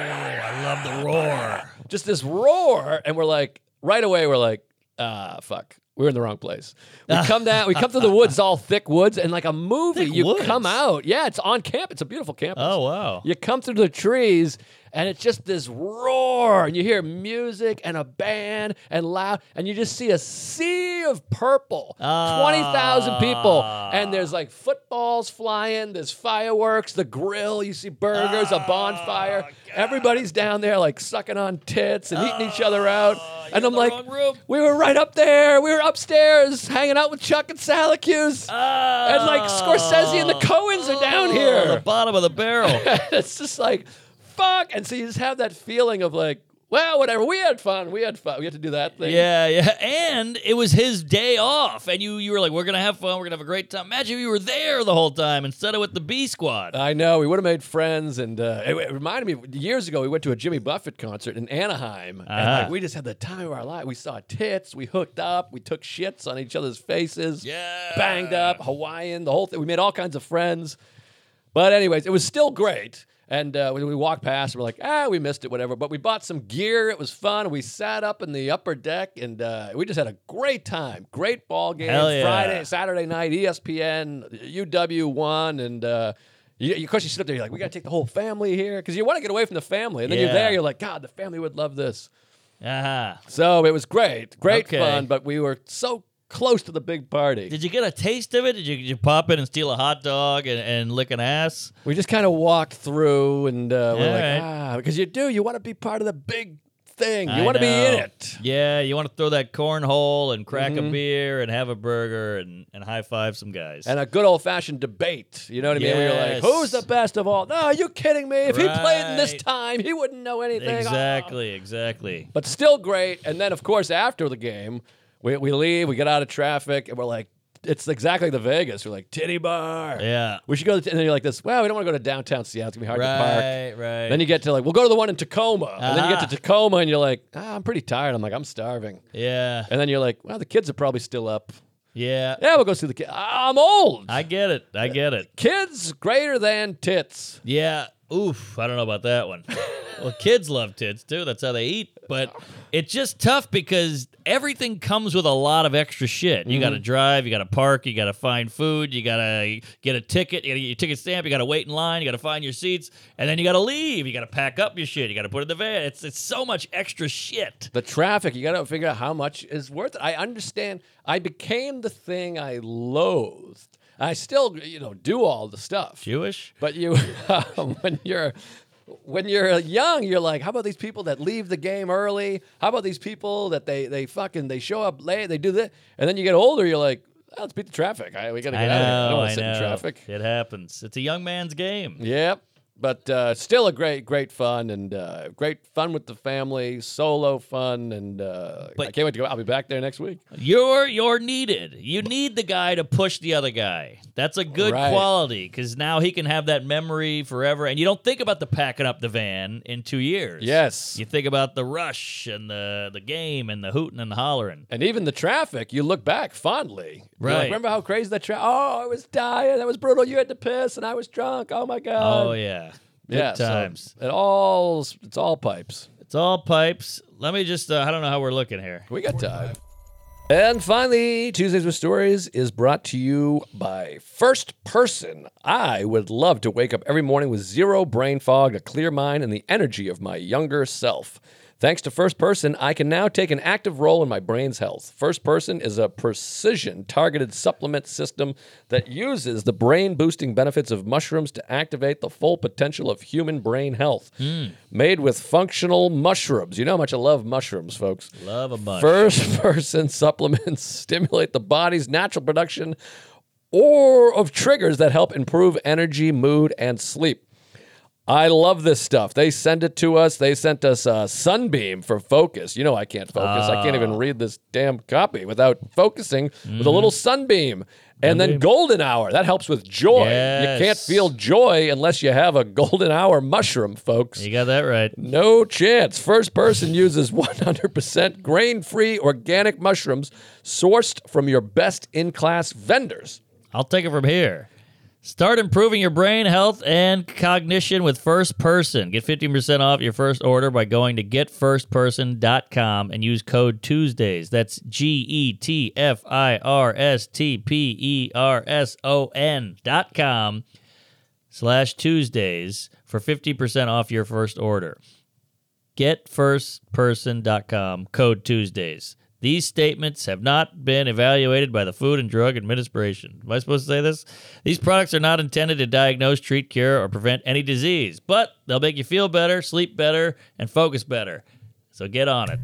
[SPEAKER 3] I love the roar.
[SPEAKER 2] just this roar, and we're like, right away, we're like, ah, fuck, we're in the wrong place. We come down, we come through the woods, all thick woods, and like a movie,
[SPEAKER 3] Thick
[SPEAKER 2] you
[SPEAKER 3] woods?
[SPEAKER 2] come out. Yeah, it's on camp. It's a beautiful campus.
[SPEAKER 3] Oh wow.
[SPEAKER 2] You come through the trees, and it's just this roar, and you hear music and a band and loud, and you just see a sea of purple,
[SPEAKER 3] Ah.
[SPEAKER 2] twenty thousand people, and there's like footballs flying, there's fireworks, the grill, you see burgers,
[SPEAKER 3] Oh,
[SPEAKER 2] a bonfire, everybody's down there like sucking on tits and eating each other out, and
[SPEAKER 3] Oh, in
[SPEAKER 2] I'm
[SPEAKER 3] the
[SPEAKER 2] like,
[SPEAKER 3] wrong room.
[SPEAKER 2] we were right up there, we were upstairs hanging out with Chuck and Salacuse. and like Scorsese and the Coens are
[SPEAKER 3] Oh,
[SPEAKER 2] down here
[SPEAKER 3] the Ah. bottom of the barrel.
[SPEAKER 2] it's just like fuck and so you just have that feeling of like well, whatever. We had fun. We had fun. We had to do that thing.
[SPEAKER 3] Yeah, yeah. And it was his day off. And you you were like, we're going to have fun. We're going to have a great time. Imagine if you were there the whole time instead of with the B squad.
[SPEAKER 2] I know. We would have made friends, and uh, it, it reminded me years ago we went to a Jimmy Buffett concert in Anaheim, and
[SPEAKER 3] Ah.
[SPEAKER 2] like, we just had the time of our life. We saw tits, we hooked up, we took shits on each other's faces,
[SPEAKER 3] Yeah.
[SPEAKER 2] banged up, Hawaiian, the whole thing. We made all kinds of friends, but anyways, it was still great. And uh, when we walked past, we're like, ah, we missed it, whatever. But we bought some gear. It was fun. We sat up in the upper deck, and uh, we just had a great time. Great ball game.
[SPEAKER 3] Hell yeah.
[SPEAKER 2] Friday, Saturday night, E ESPN, UW one, and uh, you, you- of course you sit up there. You're like, we got to take the whole family here because you want to get away from the family, and then
[SPEAKER 3] Yeah.
[SPEAKER 2] you're there. You're like, God, the family would love this. Uh-huh.
[SPEAKER 3] Ah.
[SPEAKER 2] So it was great, great
[SPEAKER 3] Okay.
[SPEAKER 2] fun, but we were so close to the big party.
[SPEAKER 3] Did you get a taste of it? Did you, did you pop in and steal a hot dog and, and lick an ass?
[SPEAKER 2] we just kind of walked through, and uh, we're
[SPEAKER 3] All
[SPEAKER 2] like,
[SPEAKER 3] right.
[SPEAKER 2] ah, because you do, you want to be part of the big thing. You
[SPEAKER 3] I
[SPEAKER 2] want to be in
[SPEAKER 3] know.
[SPEAKER 2] it. Mm-hmm.
[SPEAKER 3] Yeah, you want to throw that cornhole and crack a beer and have a burger and, and high five some guys.
[SPEAKER 2] And a good old fashioned debate. You know what I mean? Where you're like,
[SPEAKER 3] Yes.
[SPEAKER 2] who's the best of all? No, are you kidding me? If he played in this
[SPEAKER 3] Right.
[SPEAKER 2] time, he wouldn't know anything. Ah.
[SPEAKER 3] exactly, exactly.
[SPEAKER 2] but still great. And then, of course, after the game, we, we leave, we get out of traffic, and we're like, it's exactly the Vegas. We're like, titty bar.
[SPEAKER 3] Yeah.
[SPEAKER 2] We should go to, the- and then you're like this, well, we don't want to go to downtown Seattle. It's going to be hard to park.
[SPEAKER 3] Right, right.
[SPEAKER 2] Then you get to like, we'll go to the one in Tacoma. And then you
[SPEAKER 3] Ah.
[SPEAKER 2] get to Tacoma, and you're like, ah, I'm pretty tired. I'm like, I'm starving.
[SPEAKER 3] yeah,
[SPEAKER 2] And then you're like, well, the kids are probably still up.
[SPEAKER 3] yeah.
[SPEAKER 2] Yeah, we'll go see the kids. I'm old.
[SPEAKER 3] I get it. I get it.
[SPEAKER 2] kids greater than tits.
[SPEAKER 3] Yeah. Oof. I don't know about that one. well, kids love tits too. That's how they eat. But it's just tough because everything comes with a lot of extra shit. You got
[SPEAKER 2] Mm-hmm.
[SPEAKER 3] to drive. You got to park. You got to find food. You got to get a ticket. You got to get your ticket stamp. You got to wait in line. You got to find your seats, and then you got to leave. You got to pack up your shit. You got to put it in the van. It's it's so much extra shit.
[SPEAKER 2] The traffic, you got to figure out how much is worth it. I understand. I became the thing I loathed. I still, you know, do all the stuff.
[SPEAKER 3] Jewish.
[SPEAKER 2] But you, um, when you're when you're young, you're like, how about these people that leave the game early? How about these people that they they fucking they show up late? They do that, and then you get older, you're like, oh, let's beat the traffic. I, we gotta
[SPEAKER 3] I
[SPEAKER 2] get out of here. I don't
[SPEAKER 3] know.
[SPEAKER 2] want
[SPEAKER 3] I
[SPEAKER 2] to sit
[SPEAKER 3] know.
[SPEAKER 2] in traffic.
[SPEAKER 3] It happens. It's a young man's game.
[SPEAKER 2] Yep. But uh, still a great, great fun and uh, great fun with the family, solo fun, and uh, I
[SPEAKER 3] But-
[SPEAKER 2] can't wait to go. I'll be back there next week.
[SPEAKER 3] You're you're needed. You need the guy to push the other guy. That's a good
[SPEAKER 2] Right.
[SPEAKER 3] quality because now he can have that memory forever, and you don't think about the packing up the van in two years.
[SPEAKER 2] Yes.
[SPEAKER 3] you think about the rush and the the game and the hooting and the hollering.
[SPEAKER 2] And even the traffic, you look back fondly. You're like,
[SPEAKER 3] Right.
[SPEAKER 2] Remember how crazy that traffic? Oh, I was dying. That was brutal. You had to piss, and I was drunk. Oh my god.
[SPEAKER 3] oh yeah, good
[SPEAKER 2] Yeah, so
[SPEAKER 3] times.
[SPEAKER 2] it all it's all pipes.
[SPEAKER 3] It's all pipes. Let me just. Uh, I don't know how we're looking here.
[SPEAKER 2] We got time. And finally, Tuesdays with Stories is brought to you by First Person. I would love to wake up every morning with zero brain fog, a clear mind, and the energy of my younger self. Thanks to First Person, I can now take an active role in my brain's health. First Person is a precision targeted supplement system that uses the brain boosting benefits of mushrooms to activate the full potential of human brain health. Made with functional mushrooms. You know how much I love mushrooms, folks.
[SPEAKER 3] Love a bunch.
[SPEAKER 2] First person supplements stimulate the body's natural production or of triggers that help improve energy, mood, and sleep. I love this stuff. They send it to us. They sent us uh, Sunbeam for focus. You know, I can't focus. I can't even read this damn copy without focusing with a little Sunbeam. And then Golden Hour. That helps with joy. You
[SPEAKER 3] Yes.
[SPEAKER 2] can't feel joy unless you have a Golden Hour mushroom, folks.
[SPEAKER 3] you got that right.
[SPEAKER 2] No chance. First person uses 100% grain free organic mushrooms sourced from your best in class vendors.
[SPEAKER 3] I'll take it from here. Start improving your brain health and cognition with First Person. Get 15% off your first order by going to getfirstperson.com and use code Tuesdays. That's G E T F I R S T P E R S O N dot com slash Tuesdays for 50% off your first order. GetFirstPerson.com, code Tuesdays. These statements have not been evaluated by the Food and Drug Administration. Am I supposed to say this? These products are not intended to diagnose, treat, cure, or prevent any disease, but they'll make you feel better, sleep better, and focus better. So get on it.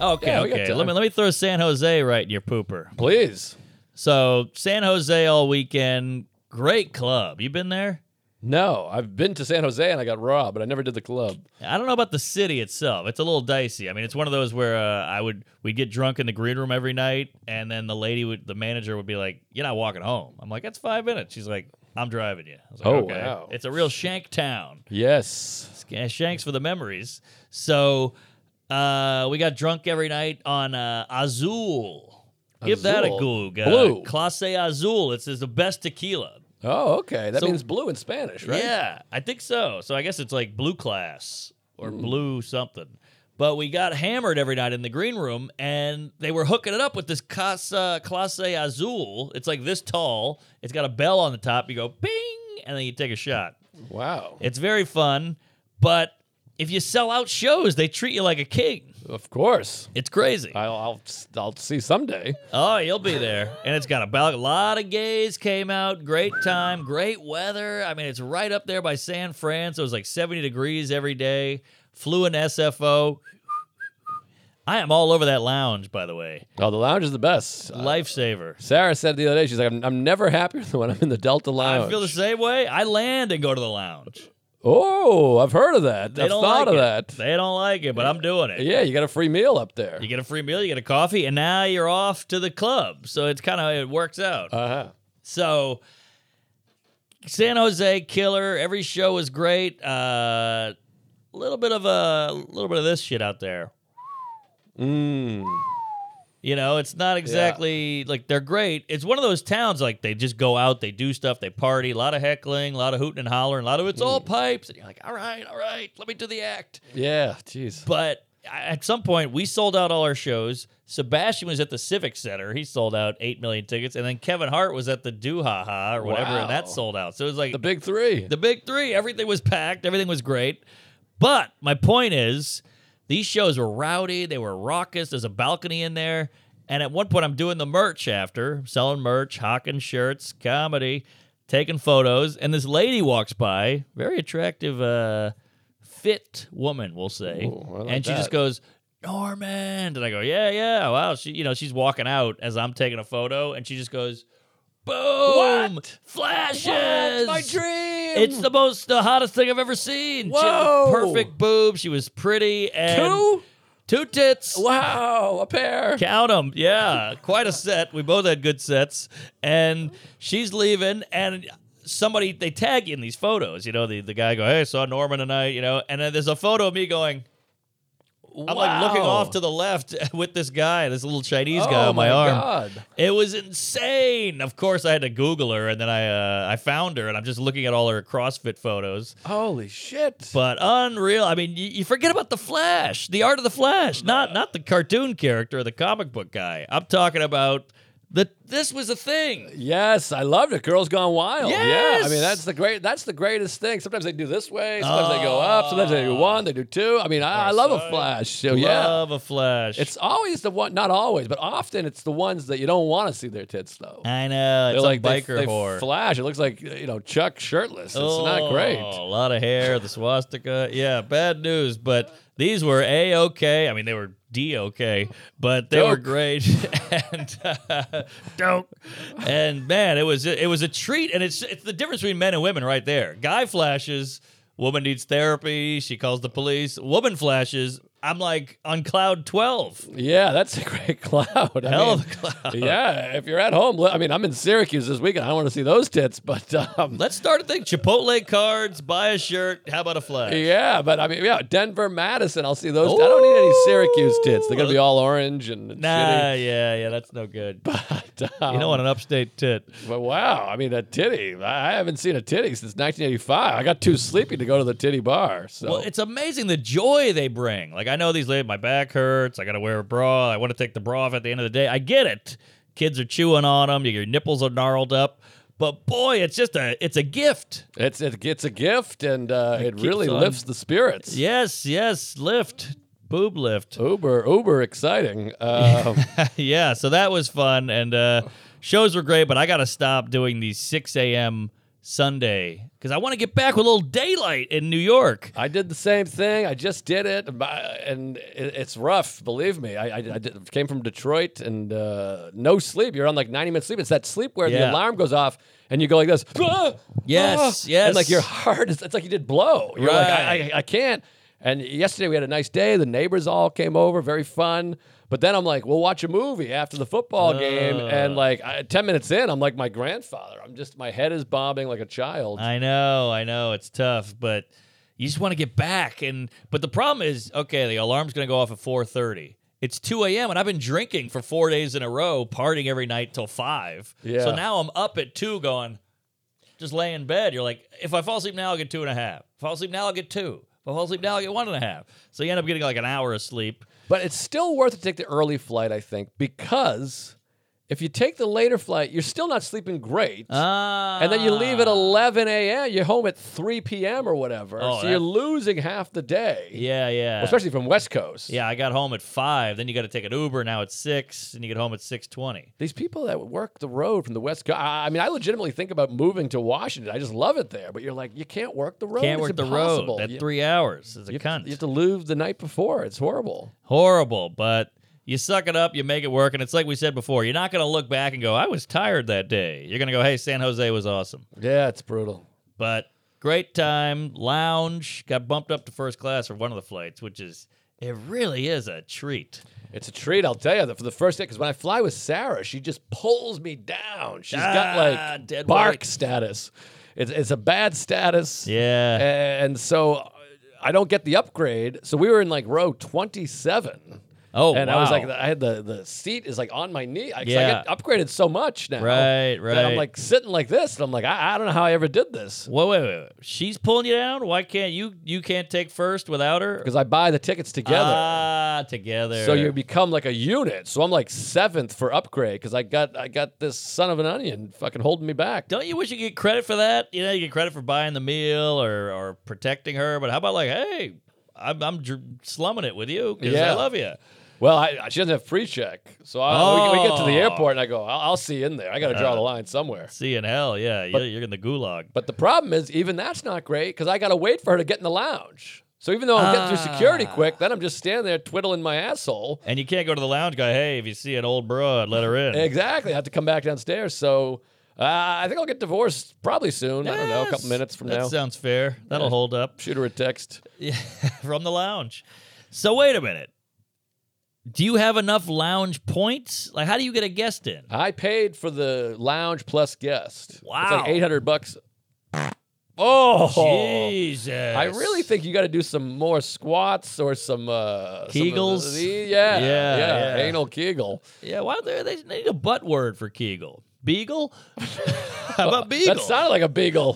[SPEAKER 3] Oh, Okay,
[SPEAKER 2] Yeah, we got
[SPEAKER 3] okay.
[SPEAKER 2] time.
[SPEAKER 3] Let me let me throw San Jose right in your pooper.
[SPEAKER 2] Please.
[SPEAKER 3] So San Jose all weekend, great club. You been there?
[SPEAKER 2] No, I've been to San Jose and I got raw, but I never did the club.
[SPEAKER 3] I don't know about the city itself. It's a little dicey. I mean, it's one of those where uh, I would we'd get drunk in the green room every night, and then the lady would, the manager would be like, "You're not walking home." I'm like, "That's five minutes." She's like, "I'm driving you." I was like,
[SPEAKER 2] Oh,
[SPEAKER 3] okay.
[SPEAKER 2] wow.
[SPEAKER 3] It's a real shank town.
[SPEAKER 2] Yes.
[SPEAKER 3] Yeah, Shanks for the memories. So uh, we got drunk every night on uh, Azul. Give that a
[SPEAKER 2] Azul.
[SPEAKER 3] goog. Uh,
[SPEAKER 2] Blue.
[SPEAKER 3] Clase Azul. It's, it's the best tequila.
[SPEAKER 2] Oh, okay. That
[SPEAKER 3] So-
[SPEAKER 2] means blue in Spanish, right?
[SPEAKER 3] Yeah, I think so. So I guess it's like blue class or blue something. But we got hammered every night in the green room, and they were hooking it up with this Casa Clase Azul. It's like this tall. It's got a bell on the top. You go bing, and then you take a shot.
[SPEAKER 2] Wow.
[SPEAKER 3] It's very fun, but if you sell out shows, they treat you like a king.
[SPEAKER 2] Of course.
[SPEAKER 3] It's crazy.
[SPEAKER 2] I'll, I'll I'll see someday.
[SPEAKER 3] Oh, you'll be there. And it's got a bal- a lot of gays came out. Great time, great weather. I mean, it's right up there by San Fran, so it was like 70 degrees every day. Flew an SFO. I am all over that lounge, by the way.
[SPEAKER 2] Oh, the lounge is the best. Uh,
[SPEAKER 3] Lifesaver.
[SPEAKER 2] Sarah said the other day, she's like, I'm, I'm never happier than when I'm in the Delta Lounge.
[SPEAKER 3] I feel the same way. I land and go to the lounge.
[SPEAKER 2] Oh, I've heard of that.
[SPEAKER 3] They
[SPEAKER 2] I've
[SPEAKER 3] don't
[SPEAKER 2] thought of
[SPEAKER 3] like
[SPEAKER 2] that.
[SPEAKER 3] it. They don't like it, but I'm doing it.
[SPEAKER 2] yeah, you got a free meal up there.
[SPEAKER 3] You get a free meal, you get a coffee, and now you're off to the club. So it's kind of it works out.
[SPEAKER 2] Uh huh.
[SPEAKER 3] So San Jose killer. Every show was great. A uh, little bit of a little bit of this shit out there.
[SPEAKER 2] Mm.
[SPEAKER 3] You know, it's not exactly like they're great. It's one of those towns like they just go out, they do stuff, they party, a lot of heckling, a lot of hooting and hollering, a lot of it's all pipes. And you're like, all right, all right, let me do the act.
[SPEAKER 2] Yeah, jeez.
[SPEAKER 3] But at some point, we sold out all our shows. Sebastian was at the Civic Center. He sold out 8 million tickets. And then Kevin Hart was at the Do Ha Ha or whatever,
[SPEAKER 2] Wow.
[SPEAKER 3] and that sold out. So it was like
[SPEAKER 2] The big three.
[SPEAKER 3] the big three. Everything was packed. Everything was great. But my point is, these shows were rowdy. They were raucous. There's a balcony in there. And at one point, I'm doing the merch after, selling merch, hawking shirts, comedy, taking photos. And this lady walks by, very attractive, uh, fit woman, we'll say.
[SPEAKER 2] Ooh, I like
[SPEAKER 3] and she just
[SPEAKER 2] that.
[SPEAKER 3] goes, Norman. And I go, yeah, yeah. Wow. She, you know, she's walking out as I'm taking a photo. And she just goes, boom,
[SPEAKER 2] What?
[SPEAKER 3] flashes.
[SPEAKER 2] My dream.
[SPEAKER 3] It's the most, the hottest thing I've ever seen. She had
[SPEAKER 2] Whoa.
[SPEAKER 3] the perfect boob. She was pretty and
[SPEAKER 2] two.
[SPEAKER 3] two tits.
[SPEAKER 2] Wow, a pair.
[SPEAKER 3] Count 'em. Yeah, quite a set. We both had good sets, and she's leaving, and somebody they tag you in these photos. You know, the the guy go, "Hey, I saw Norman tonight," you know, and then there's a photo of me going. I'm like looking
[SPEAKER 2] Wow.
[SPEAKER 3] off to the left with this guy, this little Chinese guy
[SPEAKER 2] Oh,
[SPEAKER 3] on my,
[SPEAKER 2] my
[SPEAKER 3] arm.
[SPEAKER 2] God.
[SPEAKER 3] It was insane. Of course, I had to Google her, and then I uh, I found her, and I'm just looking at all her CrossFit photos.
[SPEAKER 2] Holy shit.
[SPEAKER 3] But unreal. I mean, you, you forget about the Flash, the art of the Flash, not not the cartoon character or the comic book guy. I'm talking about the this was a thing.
[SPEAKER 2] Yes, I loved it. Girls Gone Wild. Yeah, I mean
[SPEAKER 3] Yes!
[SPEAKER 2] that's the great. That's the greatest thing. Sometimes they do this way. Sometimes they go
[SPEAKER 3] Ah.
[SPEAKER 2] up. Sometimes they do one. They do two. I mean, I, I love a
[SPEAKER 3] sorry.
[SPEAKER 2] flash. So yeah,
[SPEAKER 3] Love a Flash.
[SPEAKER 2] it's always the one. Not always, but often it's the ones that you don't want to see their tits though.
[SPEAKER 3] I know it's
[SPEAKER 2] They're like
[SPEAKER 3] like
[SPEAKER 2] they-
[SPEAKER 3] biker
[SPEAKER 2] they,
[SPEAKER 3] whore.
[SPEAKER 2] flash. It looks like you know Chuck shirtless. It's not
[SPEAKER 3] Oh, A
[SPEAKER 2] great.
[SPEAKER 3] lot of hair, the swastika. Yeah, bad news, but these were a okay. I mean, they were d okay, but they were
[SPEAKER 2] Dope.
[SPEAKER 3] great. and uh, dope. And man, it was it was a treat, and it's it's the difference between men and women right there. Guy flashes, woman needs therapy. She calls the police. Woman flashes. I'm like on cloud twelve.
[SPEAKER 2] Yeah, that's a great cloud. I
[SPEAKER 3] Hell
[SPEAKER 2] mean,
[SPEAKER 3] of a cloud.
[SPEAKER 2] Yeah, if you're at home, li- I mean, I'm in Syracuse this weekend. I don't want to see those tits, but um,
[SPEAKER 3] Let's start a thing. Chipotle cards, buy a shirt. How about a flash?
[SPEAKER 2] Yeah, but I mean, yeah, Denver, Madison. I'll see those. I don't need any Syracuse tits. They're gonna be all orange and and
[SPEAKER 3] Nah, yeah, yeah, that's no good.
[SPEAKER 2] shitty. But, um,
[SPEAKER 3] You don't want an upstate tit.
[SPEAKER 2] but wow, I mean, that titty. I I haven't seen a titty since 1985. I got too sleepy to go to the titty bar. So
[SPEAKER 3] Well, it's amazing the joy they bring. Like I know these ladies, my back hurts. I got to wear a bra. I want to take the bra off at the end of the day. I get it. Kids are chewing on them. Your nipples are gnarled up. But boy, it's just a it's a gift.
[SPEAKER 2] it's it gets a gift, and uh, it,
[SPEAKER 3] keeps
[SPEAKER 2] really
[SPEAKER 3] on-
[SPEAKER 2] lifts the spirits.
[SPEAKER 3] Yes, yes, lift, boob lift.
[SPEAKER 2] Uber, uber exciting. Um,
[SPEAKER 3] yeah, so that was fun, and uh, shows were great. But I got to stop doing these six a.m. Sunday because I want to get back with a little daylight in New York.
[SPEAKER 2] I did the same thing. I just did it, and by- and it- it's rough. Believe me, I, I, I did- came from Detroit and uh, no sleep. You're on like 90 minutes sleep. It's that sleep where the
[SPEAKER 3] Yeah.
[SPEAKER 2] alarm goes off and you go like this. "Ah!
[SPEAKER 3] Yes, yes.
[SPEAKER 2] And like your heart is. It's like you did blow. You're like I,
[SPEAKER 3] Right.
[SPEAKER 2] I, I can't. And yesterday we had a nice day. The neighbors all came over. Very fun. But then I'm like, we'll watch a movie after the football game.
[SPEAKER 3] Ah.
[SPEAKER 2] And like I, 10 minutes in, I'm like my grandfather. I'm just my head is bobbing like a child.
[SPEAKER 3] I know, I know, it's tough, but you just want to get back. And but the problem is, okay, the alarm's going to go off at four thirty. It's two a.m. and I've been drinking for four days in a row, partying every night till five.
[SPEAKER 2] Yeah.
[SPEAKER 3] So now I'm up at two, going, just lay in bed. You're like, if I fall asleep now, I'll get two and a half. If I fall asleep now, I'll get two. If I fall asleep now, I'll get one and a half. So you end up getting like an hour of sleep.
[SPEAKER 2] But it's still worth it to take the early flight, I think, because if you take the later flight, you're still not sleeping great.
[SPEAKER 3] Ah,
[SPEAKER 2] and then you leave at 11 a.m., you're home at 3 p.m. or whatever.
[SPEAKER 3] Oh,
[SPEAKER 2] so you're
[SPEAKER 3] that-
[SPEAKER 2] losing half the day,
[SPEAKER 3] Yeah, yeah.
[SPEAKER 2] especially from West Coast.
[SPEAKER 3] yeah, I got home at five. Then you got to take an Uber. Now it's six, and you get home at six twenty.
[SPEAKER 2] These people that work the road from the West Coast, I I mean, I legitimately think about moving to Washington. I just love it there. But you're like, you can't work the road.
[SPEAKER 3] Can't
[SPEAKER 2] It's
[SPEAKER 3] work the
[SPEAKER 2] impossible.
[SPEAKER 3] road. That
[SPEAKER 2] You-
[SPEAKER 3] three hours is a
[SPEAKER 2] you have,
[SPEAKER 3] cunt.
[SPEAKER 2] to, you have to leave the night before. It's horrible.
[SPEAKER 3] Horrible, but you suck it up, you make it work, and it's like we said before. You're not going to look back and go, "I was tired that day." You're going to go, "Hey, San Jose was awesome."
[SPEAKER 2] Yeah, it's brutal.
[SPEAKER 3] But great time, lounge. Got bumped up to first class for one of the flights, which is it really is a treat.
[SPEAKER 2] It's a treat, I'll tell you. That for the first day, because when I fly with Sarah, she just pulls me down. She's got
[SPEAKER 3] Ah,
[SPEAKER 2] like
[SPEAKER 3] dead
[SPEAKER 2] bark
[SPEAKER 3] weight.
[SPEAKER 2] status. It's it's a bad status.
[SPEAKER 3] Yeah.
[SPEAKER 2] and so uh, I don't get the upgrade. So we were in like row twenty seven.
[SPEAKER 3] Oh,
[SPEAKER 2] and I was
[SPEAKER 3] wow.
[SPEAKER 2] like, I had the the seat is like on my knee. I, 'cause
[SPEAKER 3] Yeah.
[SPEAKER 2] I got upgraded so much now.
[SPEAKER 3] Right,
[SPEAKER 2] That I'm
[SPEAKER 3] right.
[SPEAKER 2] like sitting like this, and I'm like, I, I don't know how I ever did this
[SPEAKER 3] Whoa, wait, wait, wait. She's pulling you down. Why can't you? You can't take first without her.
[SPEAKER 2] because I buy the tickets together.
[SPEAKER 3] Ah, together.
[SPEAKER 2] So you become like a unit. So I'm like seventh for upgrade because I got I got this son of an onion fucking holding me back.
[SPEAKER 3] Don't you wish you could get credit for that? You know, you get credit for buying the meal or, or protecting her. But how about like, hey, I'm, I'm dr- slumming it with you because I
[SPEAKER 2] Yeah.
[SPEAKER 3] love you.
[SPEAKER 2] Well, I, I- she doesn't have free check, so I, we, we get to the
[SPEAKER 3] Oh.
[SPEAKER 2] airport and I go, I'll, I'll see you in there. I got to draw the line somewhere.
[SPEAKER 3] See you in hell, yeah. you're, you're in the gulag.
[SPEAKER 2] But the problem is, even that's not great because I got to wait for her to get in the lounge. So even though I'm getting through security quick, then I'm just standing there twiddling my asshole.
[SPEAKER 3] And you can't go to the lounge guy, hey, if you see an old broad, let her in.
[SPEAKER 2] Exactly, I have to come back downstairs. So uh, I think I'll get divorced probably soon. I don't know, a
[SPEAKER 3] Yes, uh,
[SPEAKER 2] couple minutes from
[SPEAKER 3] that
[SPEAKER 2] now.
[SPEAKER 3] sounds fair. That'll hold up
[SPEAKER 2] Shoot her a text.
[SPEAKER 3] from the lounge. So wait a minute. Do you have enough lounge points? Like, how do you get a guest in?
[SPEAKER 2] I paid for the lounge plus guest. It's
[SPEAKER 3] Wow.
[SPEAKER 2] like 800 bucks. Oh.
[SPEAKER 3] Jesus.
[SPEAKER 2] I really think you got to do some more squats or some uh, some of
[SPEAKER 3] Kegels?
[SPEAKER 2] the- yeah,
[SPEAKER 3] Yeah,
[SPEAKER 2] yeah,
[SPEAKER 3] yeah.
[SPEAKER 2] anal Kegel.
[SPEAKER 3] Yeah, why don't they, they they need a butt word for Kegel? Beagle? How about Beagle?
[SPEAKER 2] That sounded like a beagle,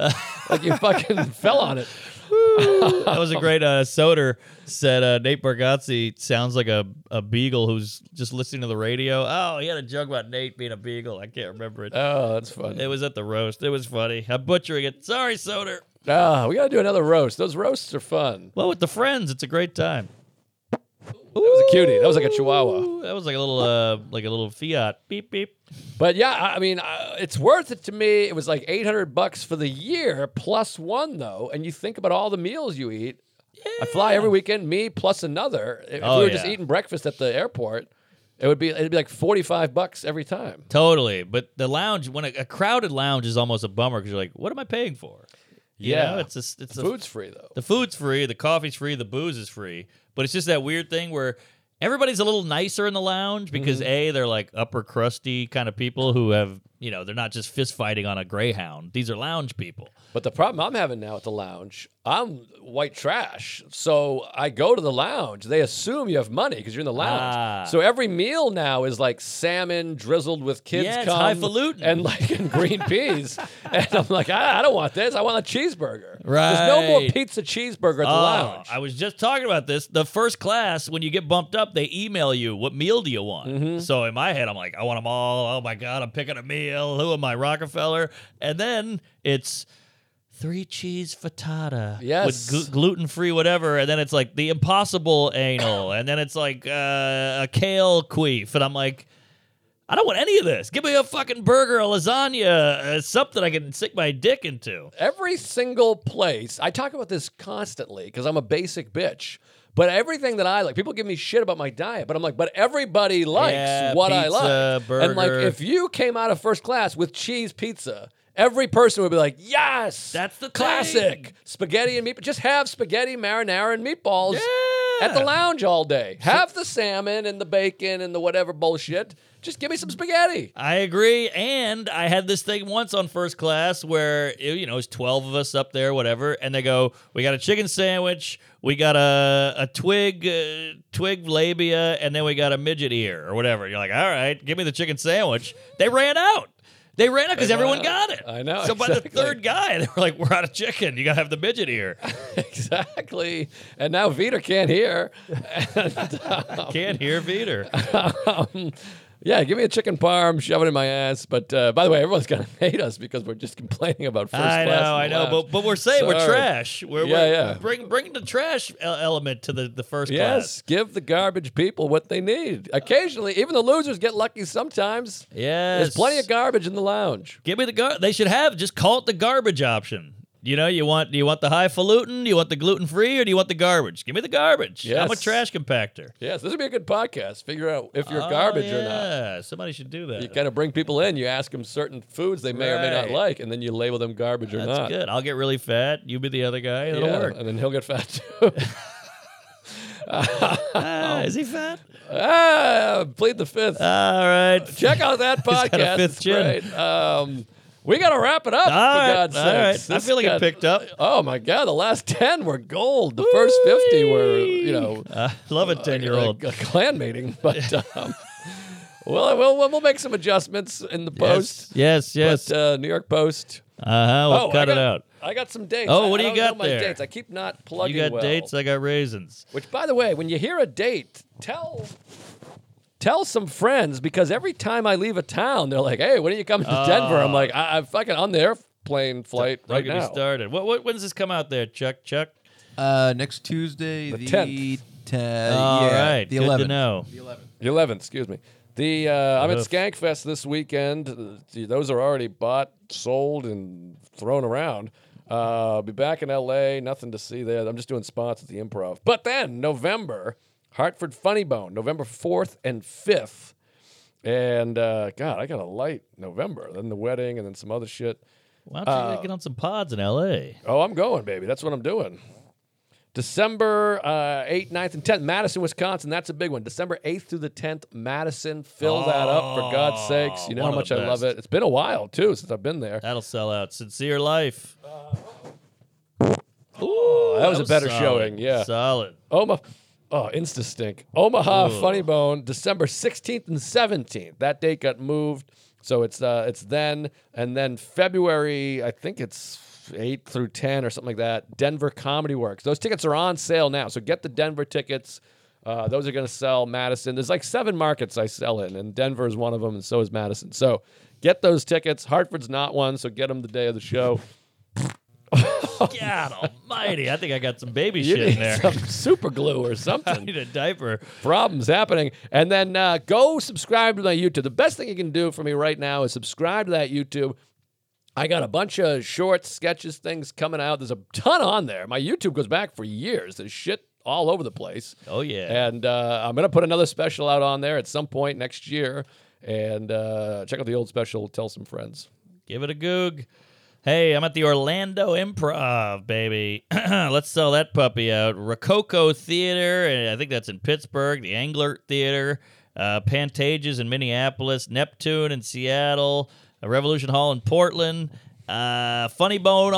[SPEAKER 2] like you fucking fell on it.
[SPEAKER 3] that was a great uh, Soder said uh, Nate Bargatze sounds like a, a beagle who's just listening to the radio. Oh, he had a joke about Nate being a beagle. I can't remember it.
[SPEAKER 2] Oh, that's fun.
[SPEAKER 3] it was at the roast. It was funny. I'm butchering it. Sorry, Soder.
[SPEAKER 2] Ah, we got to do another roast. Those roasts are fun.
[SPEAKER 3] Well, with the friends, it's a great time.
[SPEAKER 2] That was a cutie. That was like a chihuahua.
[SPEAKER 3] Ooh, that was like a little uh, like a little Fiat. Beep beep.
[SPEAKER 2] But yeah, I I mean, uh, it's worth it to me. It was like 800 bucks for the year plus one though, and you think about all the meals you eat. I fly every weekend, me plus another. If
[SPEAKER 3] Oh,
[SPEAKER 2] we were just
[SPEAKER 3] yeah.
[SPEAKER 2] eating breakfast at the airport, it would be it'd be like 45 bucks every time.
[SPEAKER 3] Totally. But the lounge when a, a crowded lounge is almost a bummer because you're like, what am I paying for? You
[SPEAKER 2] Yeah.
[SPEAKER 3] know, it's a, it's a
[SPEAKER 2] Food's free though.
[SPEAKER 3] The food's free, the coffee's free, the booze is free. But it's just that weird thing where everybody's a little nicer in the lounge because A, they're like upper crusty kind of people who have, you know, they're not just fist fighting on a greyhound. These are lounge people.
[SPEAKER 2] But the problem I'm having now at the lounge, I'm white trash. So I go to the lounge. They assume you have money because you're in the lounge.
[SPEAKER 3] Ah.
[SPEAKER 2] So every meal now is like salmon drizzled with kids'
[SPEAKER 3] Yeah, it's
[SPEAKER 2] cum
[SPEAKER 3] highfalutin.
[SPEAKER 2] and like and green peas. and I'm like, I, I don't want this. I want a cheeseburger. There's no more
[SPEAKER 3] Right.
[SPEAKER 2] pizza cheeseburger at the
[SPEAKER 3] Oh,
[SPEAKER 2] lounge.
[SPEAKER 3] I was just talking about this. The first class, when you get bumped up, they email you, what meal do you want?
[SPEAKER 2] Mm-hmm.
[SPEAKER 3] So in my head, I'm like, I want them all. Oh my God, I'm picking a meal. Who am I, Rockefeller? And then it's three cheese frittata
[SPEAKER 2] Yes.
[SPEAKER 3] with gluten free whatever. And then it's like the impossible anal. and then it's like uh, a kale queef. And I'm like, I don't want any of this. Give me a fucking burger, a lasagna, uh, something I can stick my dick into.
[SPEAKER 2] every single place i talk about this constantly because i'm a basic bitch but everything that i like people give me shit about my diet but i'm like but everybody likes
[SPEAKER 3] Yeah,
[SPEAKER 2] what i
[SPEAKER 3] pizza,
[SPEAKER 2] like and like
[SPEAKER 3] burger.
[SPEAKER 2] if you came out of first class with cheese pizza every person would be like yes
[SPEAKER 3] That's the
[SPEAKER 2] classic
[SPEAKER 3] thing.
[SPEAKER 2] spaghetti and meat just have spaghetti marinara and meatballs at the lounge all day have the salmon and the bacon and the whatever bullshit just give me some spaghetti
[SPEAKER 3] I agree. And I had this thing once on first class where, it, you know, it was 12 of us up there, whatever. And they go, we got a chicken sandwich, we got a, a twig, uh, twig labia, and then we got a midget ear or whatever. You're like, all right, give me the chicken sandwich. They ran out. They ran out because
[SPEAKER 2] They ran
[SPEAKER 3] everyone
[SPEAKER 2] out.
[SPEAKER 3] got it.
[SPEAKER 2] I know,
[SPEAKER 3] So by the
[SPEAKER 2] exactly.
[SPEAKER 3] third guy, they were like, we're out of chicken. You got to have the midget ear.
[SPEAKER 2] exactly and now Vita can't hear Oh.
[SPEAKER 3] Can't hear Peter.
[SPEAKER 2] um, yeah, give me a chicken parm, shove it in my ass. But uh, by the way, everyone's gonna hate us because we're just complaining about first
[SPEAKER 3] I
[SPEAKER 2] class.
[SPEAKER 3] know, I
[SPEAKER 2] and
[SPEAKER 3] know,
[SPEAKER 2] lounge.
[SPEAKER 3] but but we're saying we're
[SPEAKER 2] Sorry.
[SPEAKER 3] trash. We're,
[SPEAKER 2] Yeah,
[SPEAKER 3] we're
[SPEAKER 2] yeah.
[SPEAKER 3] Bring bring the trash e- element to the, the first
[SPEAKER 2] yes, give the garbage people what they need. Occasionally, even the losers get lucky. Sometimes
[SPEAKER 3] class. Yes,
[SPEAKER 2] there's plenty of garbage in the lounge.
[SPEAKER 3] Give me the gar. They should have just call it the garbage option. You know, you want do you want the highfalutin, do you want the gluten free, or do you want the garbage? Give me the garbage. I'm a
[SPEAKER 2] Yes.
[SPEAKER 3] trash compactor.
[SPEAKER 2] Yes, this would be a good podcast. Figure out if you're
[SPEAKER 3] Oh,
[SPEAKER 2] garbage or not.
[SPEAKER 3] yeah. Somebody should do that.
[SPEAKER 2] You kind of bring people in. You ask them certain foods they may or may not
[SPEAKER 3] Right.
[SPEAKER 2] like, and then you label them garbage or
[SPEAKER 3] That's
[SPEAKER 2] not.
[SPEAKER 3] good. I'll get really fat. You be the other guy. It'll
[SPEAKER 2] Yeah,
[SPEAKER 3] work.
[SPEAKER 2] and then he'll get fat too.
[SPEAKER 3] Ah, is he fat?
[SPEAKER 2] ah, plead the fifth.
[SPEAKER 3] All right.
[SPEAKER 2] Check out that
[SPEAKER 3] got a
[SPEAKER 2] podcast.
[SPEAKER 3] fifth
[SPEAKER 2] it's
[SPEAKER 3] chin.
[SPEAKER 2] great. Um, we got to wrap it up. for
[SPEAKER 3] All right,
[SPEAKER 2] God's
[SPEAKER 3] all
[SPEAKER 2] sakes.
[SPEAKER 3] right. I
[SPEAKER 2] This
[SPEAKER 3] feel like it
[SPEAKER 2] got-
[SPEAKER 3] picked up.
[SPEAKER 2] Oh my God, the last ten were gold. The first fifty were, you know,
[SPEAKER 3] I love
[SPEAKER 2] Oh,
[SPEAKER 3] a ten year old.
[SPEAKER 2] a, a clan meeting. But um, well, we'll we'll make some adjustments in the post.
[SPEAKER 3] Yes, yes.
[SPEAKER 2] But, uh, New York Post. Oh,
[SPEAKER 3] uh huh. We'll
[SPEAKER 2] I got,
[SPEAKER 3] cut it out.
[SPEAKER 2] I got some dates.
[SPEAKER 3] Oh,
[SPEAKER 2] I-
[SPEAKER 3] what do
[SPEAKER 2] I
[SPEAKER 3] you
[SPEAKER 2] don't
[SPEAKER 3] got
[SPEAKER 2] know
[SPEAKER 3] there?
[SPEAKER 2] My dates. I keep not plugging.
[SPEAKER 3] You got
[SPEAKER 2] well.
[SPEAKER 3] dates. I got raisins.
[SPEAKER 2] Which, by the way, when you hear a date, tell tell some friends because every time I leave a town, they're like, "Hey, when are you coming to Denver?" I'm like, I- "I'm fucking on the airplane flight
[SPEAKER 3] Don't
[SPEAKER 2] right
[SPEAKER 3] get me
[SPEAKER 2] now."
[SPEAKER 3] started. What, what? When's this come out there, Chuck? Chuck.
[SPEAKER 4] Uh, next Tuesday,
[SPEAKER 2] The
[SPEAKER 4] the
[SPEAKER 2] 10th.
[SPEAKER 4] te-
[SPEAKER 3] All
[SPEAKER 4] yeah,
[SPEAKER 3] right.
[SPEAKER 4] the
[SPEAKER 3] Good
[SPEAKER 4] 11th.
[SPEAKER 3] to know.
[SPEAKER 2] The 11th, excuse me. The uh, I'm at
[SPEAKER 3] Oof.
[SPEAKER 2] Skankfest this weekend. Uh, gee, Those are already bought, sold, and thrown around. Uh, I'll be back in LA. Nothing to see there. I'm just doing spots at the Improv. But then November, Hartford Funny Bone, November 4th and 5th. And uh, God, I got a light November. Then the wedding, and then some other shit.
[SPEAKER 3] Why don't
[SPEAKER 2] Uh,
[SPEAKER 3] you get on some pods in L.A.?
[SPEAKER 2] Oh, I'm going, baby. That's what I'm doing. December uh, 8th, 9th, and 10th, Madison, Wisconsin. That's a big one. December 8th through the 10th, Madison. Fill that up for God's sakes. You know
[SPEAKER 3] Ah, one
[SPEAKER 2] how
[SPEAKER 3] of
[SPEAKER 2] much
[SPEAKER 3] the
[SPEAKER 2] I love
[SPEAKER 3] best.
[SPEAKER 2] it. It's been a while, too, since I've been there.
[SPEAKER 3] That'll sell out. Sincere life.
[SPEAKER 2] Oh, that was a better
[SPEAKER 3] solid.
[SPEAKER 2] showing. Yeah.
[SPEAKER 3] Solid.
[SPEAKER 2] Omaha. Oh, Insta stink. Omaha Funny Bone, December 16th and 17th. That date got moved. So it's uh, it's then. And then February, I think it's 8 through 10 or something like that, Denver Comedy Works. Those tickets are on sale now. So get the Denver tickets. Uh, those are going to sell Madison. There's like seven markets I sell in, and Denver is one of them, and so is Madison. So get those tickets. Hartford's not one, so get them the day of the show.
[SPEAKER 3] God Almighty! I think I got some baby
[SPEAKER 2] You
[SPEAKER 3] shit in
[SPEAKER 2] need
[SPEAKER 3] there.
[SPEAKER 2] some super glue or
[SPEAKER 3] I
[SPEAKER 2] something.
[SPEAKER 3] need a diaper.
[SPEAKER 2] problems happening. And then uh, go subscribe to my YouTube. The best thing you can do for me right now is subscribe to that YouTube. I got a bunch of shorts, sketches, things coming out. There's a ton on there. My YouTube goes back for years. There's shit all over the place.
[SPEAKER 3] Oh yeah.
[SPEAKER 2] And uh, I'm going to put another special out on there at some point next year. And uh, check out the old special, tell some friends.
[SPEAKER 3] Give it a goog. Hey, I'm at the Orlando Improv, baby. Let's sell that puppy out. Rococo Theater, and I think that's in Pittsburgh. The Angler Theater, uh, Pantages in Minneapolis, Neptune in Seattle, uh, Revolution Hall in Portland, uh, Funny Bone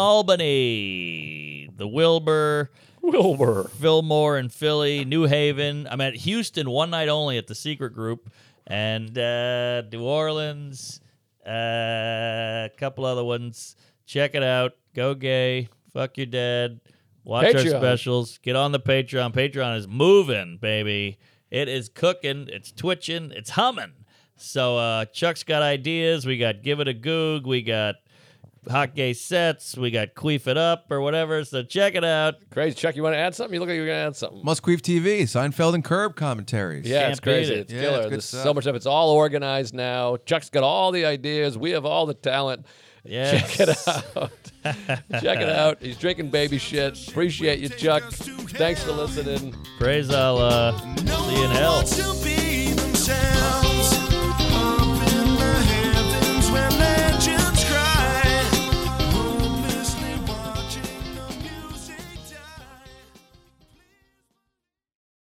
[SPEAKER 3] Albany, the Wilbur,
[SPEAKER 2] Wilbur.
[SPEAKER 3] Fillmore in Philly, New Haven. I'm at Houston one night only at the Secret Group, and uh, New Orleans. uh, A couple other ones. Check it out. Go gay. Fuck your dad. Watch our
[SPEAKER 2] Patreon.
[SPEAKER 3] specials. Get on the Patreon. Patreon is moving, baby. It is cooking. It's twitching. It's humming. So uh, Chuck's got ideas. We got give it a goog. We got hot gay sets. We got Queef It Up or whatever. So check it out.
[SPEAKER 2] Crazy Chuck, you want to add something? You look like you're going to add something.
[SPEAKER 4] Must Queef TV, Seinfeld and Curb commentaries.
[SPEAKER 2] Yeah, it's
[SPEAKER 3] Can't beat
[SPEAKER 2] crazy.
[SPEAKER 3] it.
[SPEAKER 2] It's
[SPEAKER 4] Yeah,
[SPEAKER 2] killer.
[SPEAKER 4] it's good
[SPEAKER 2] There's so
[SPEAKER 4] stuff.
[SPEAKER 2] much of it's all organized now. Chuck's got all the ideas. We have all the talent.
[SPEAKER 3] Yeah.
[SPEAKER 2] Check it out. Check it out. He's drinking baby shit. Appreciate you, Chuck. Thanks for listening.
[SPEAKER 3] Praise Allah.
[SPEAKER 1] No
[SPEAKER 3] See you in
[SPEAKER 1] one
[SPEAKER 3] hell.
[SPEAKER 1] wants to be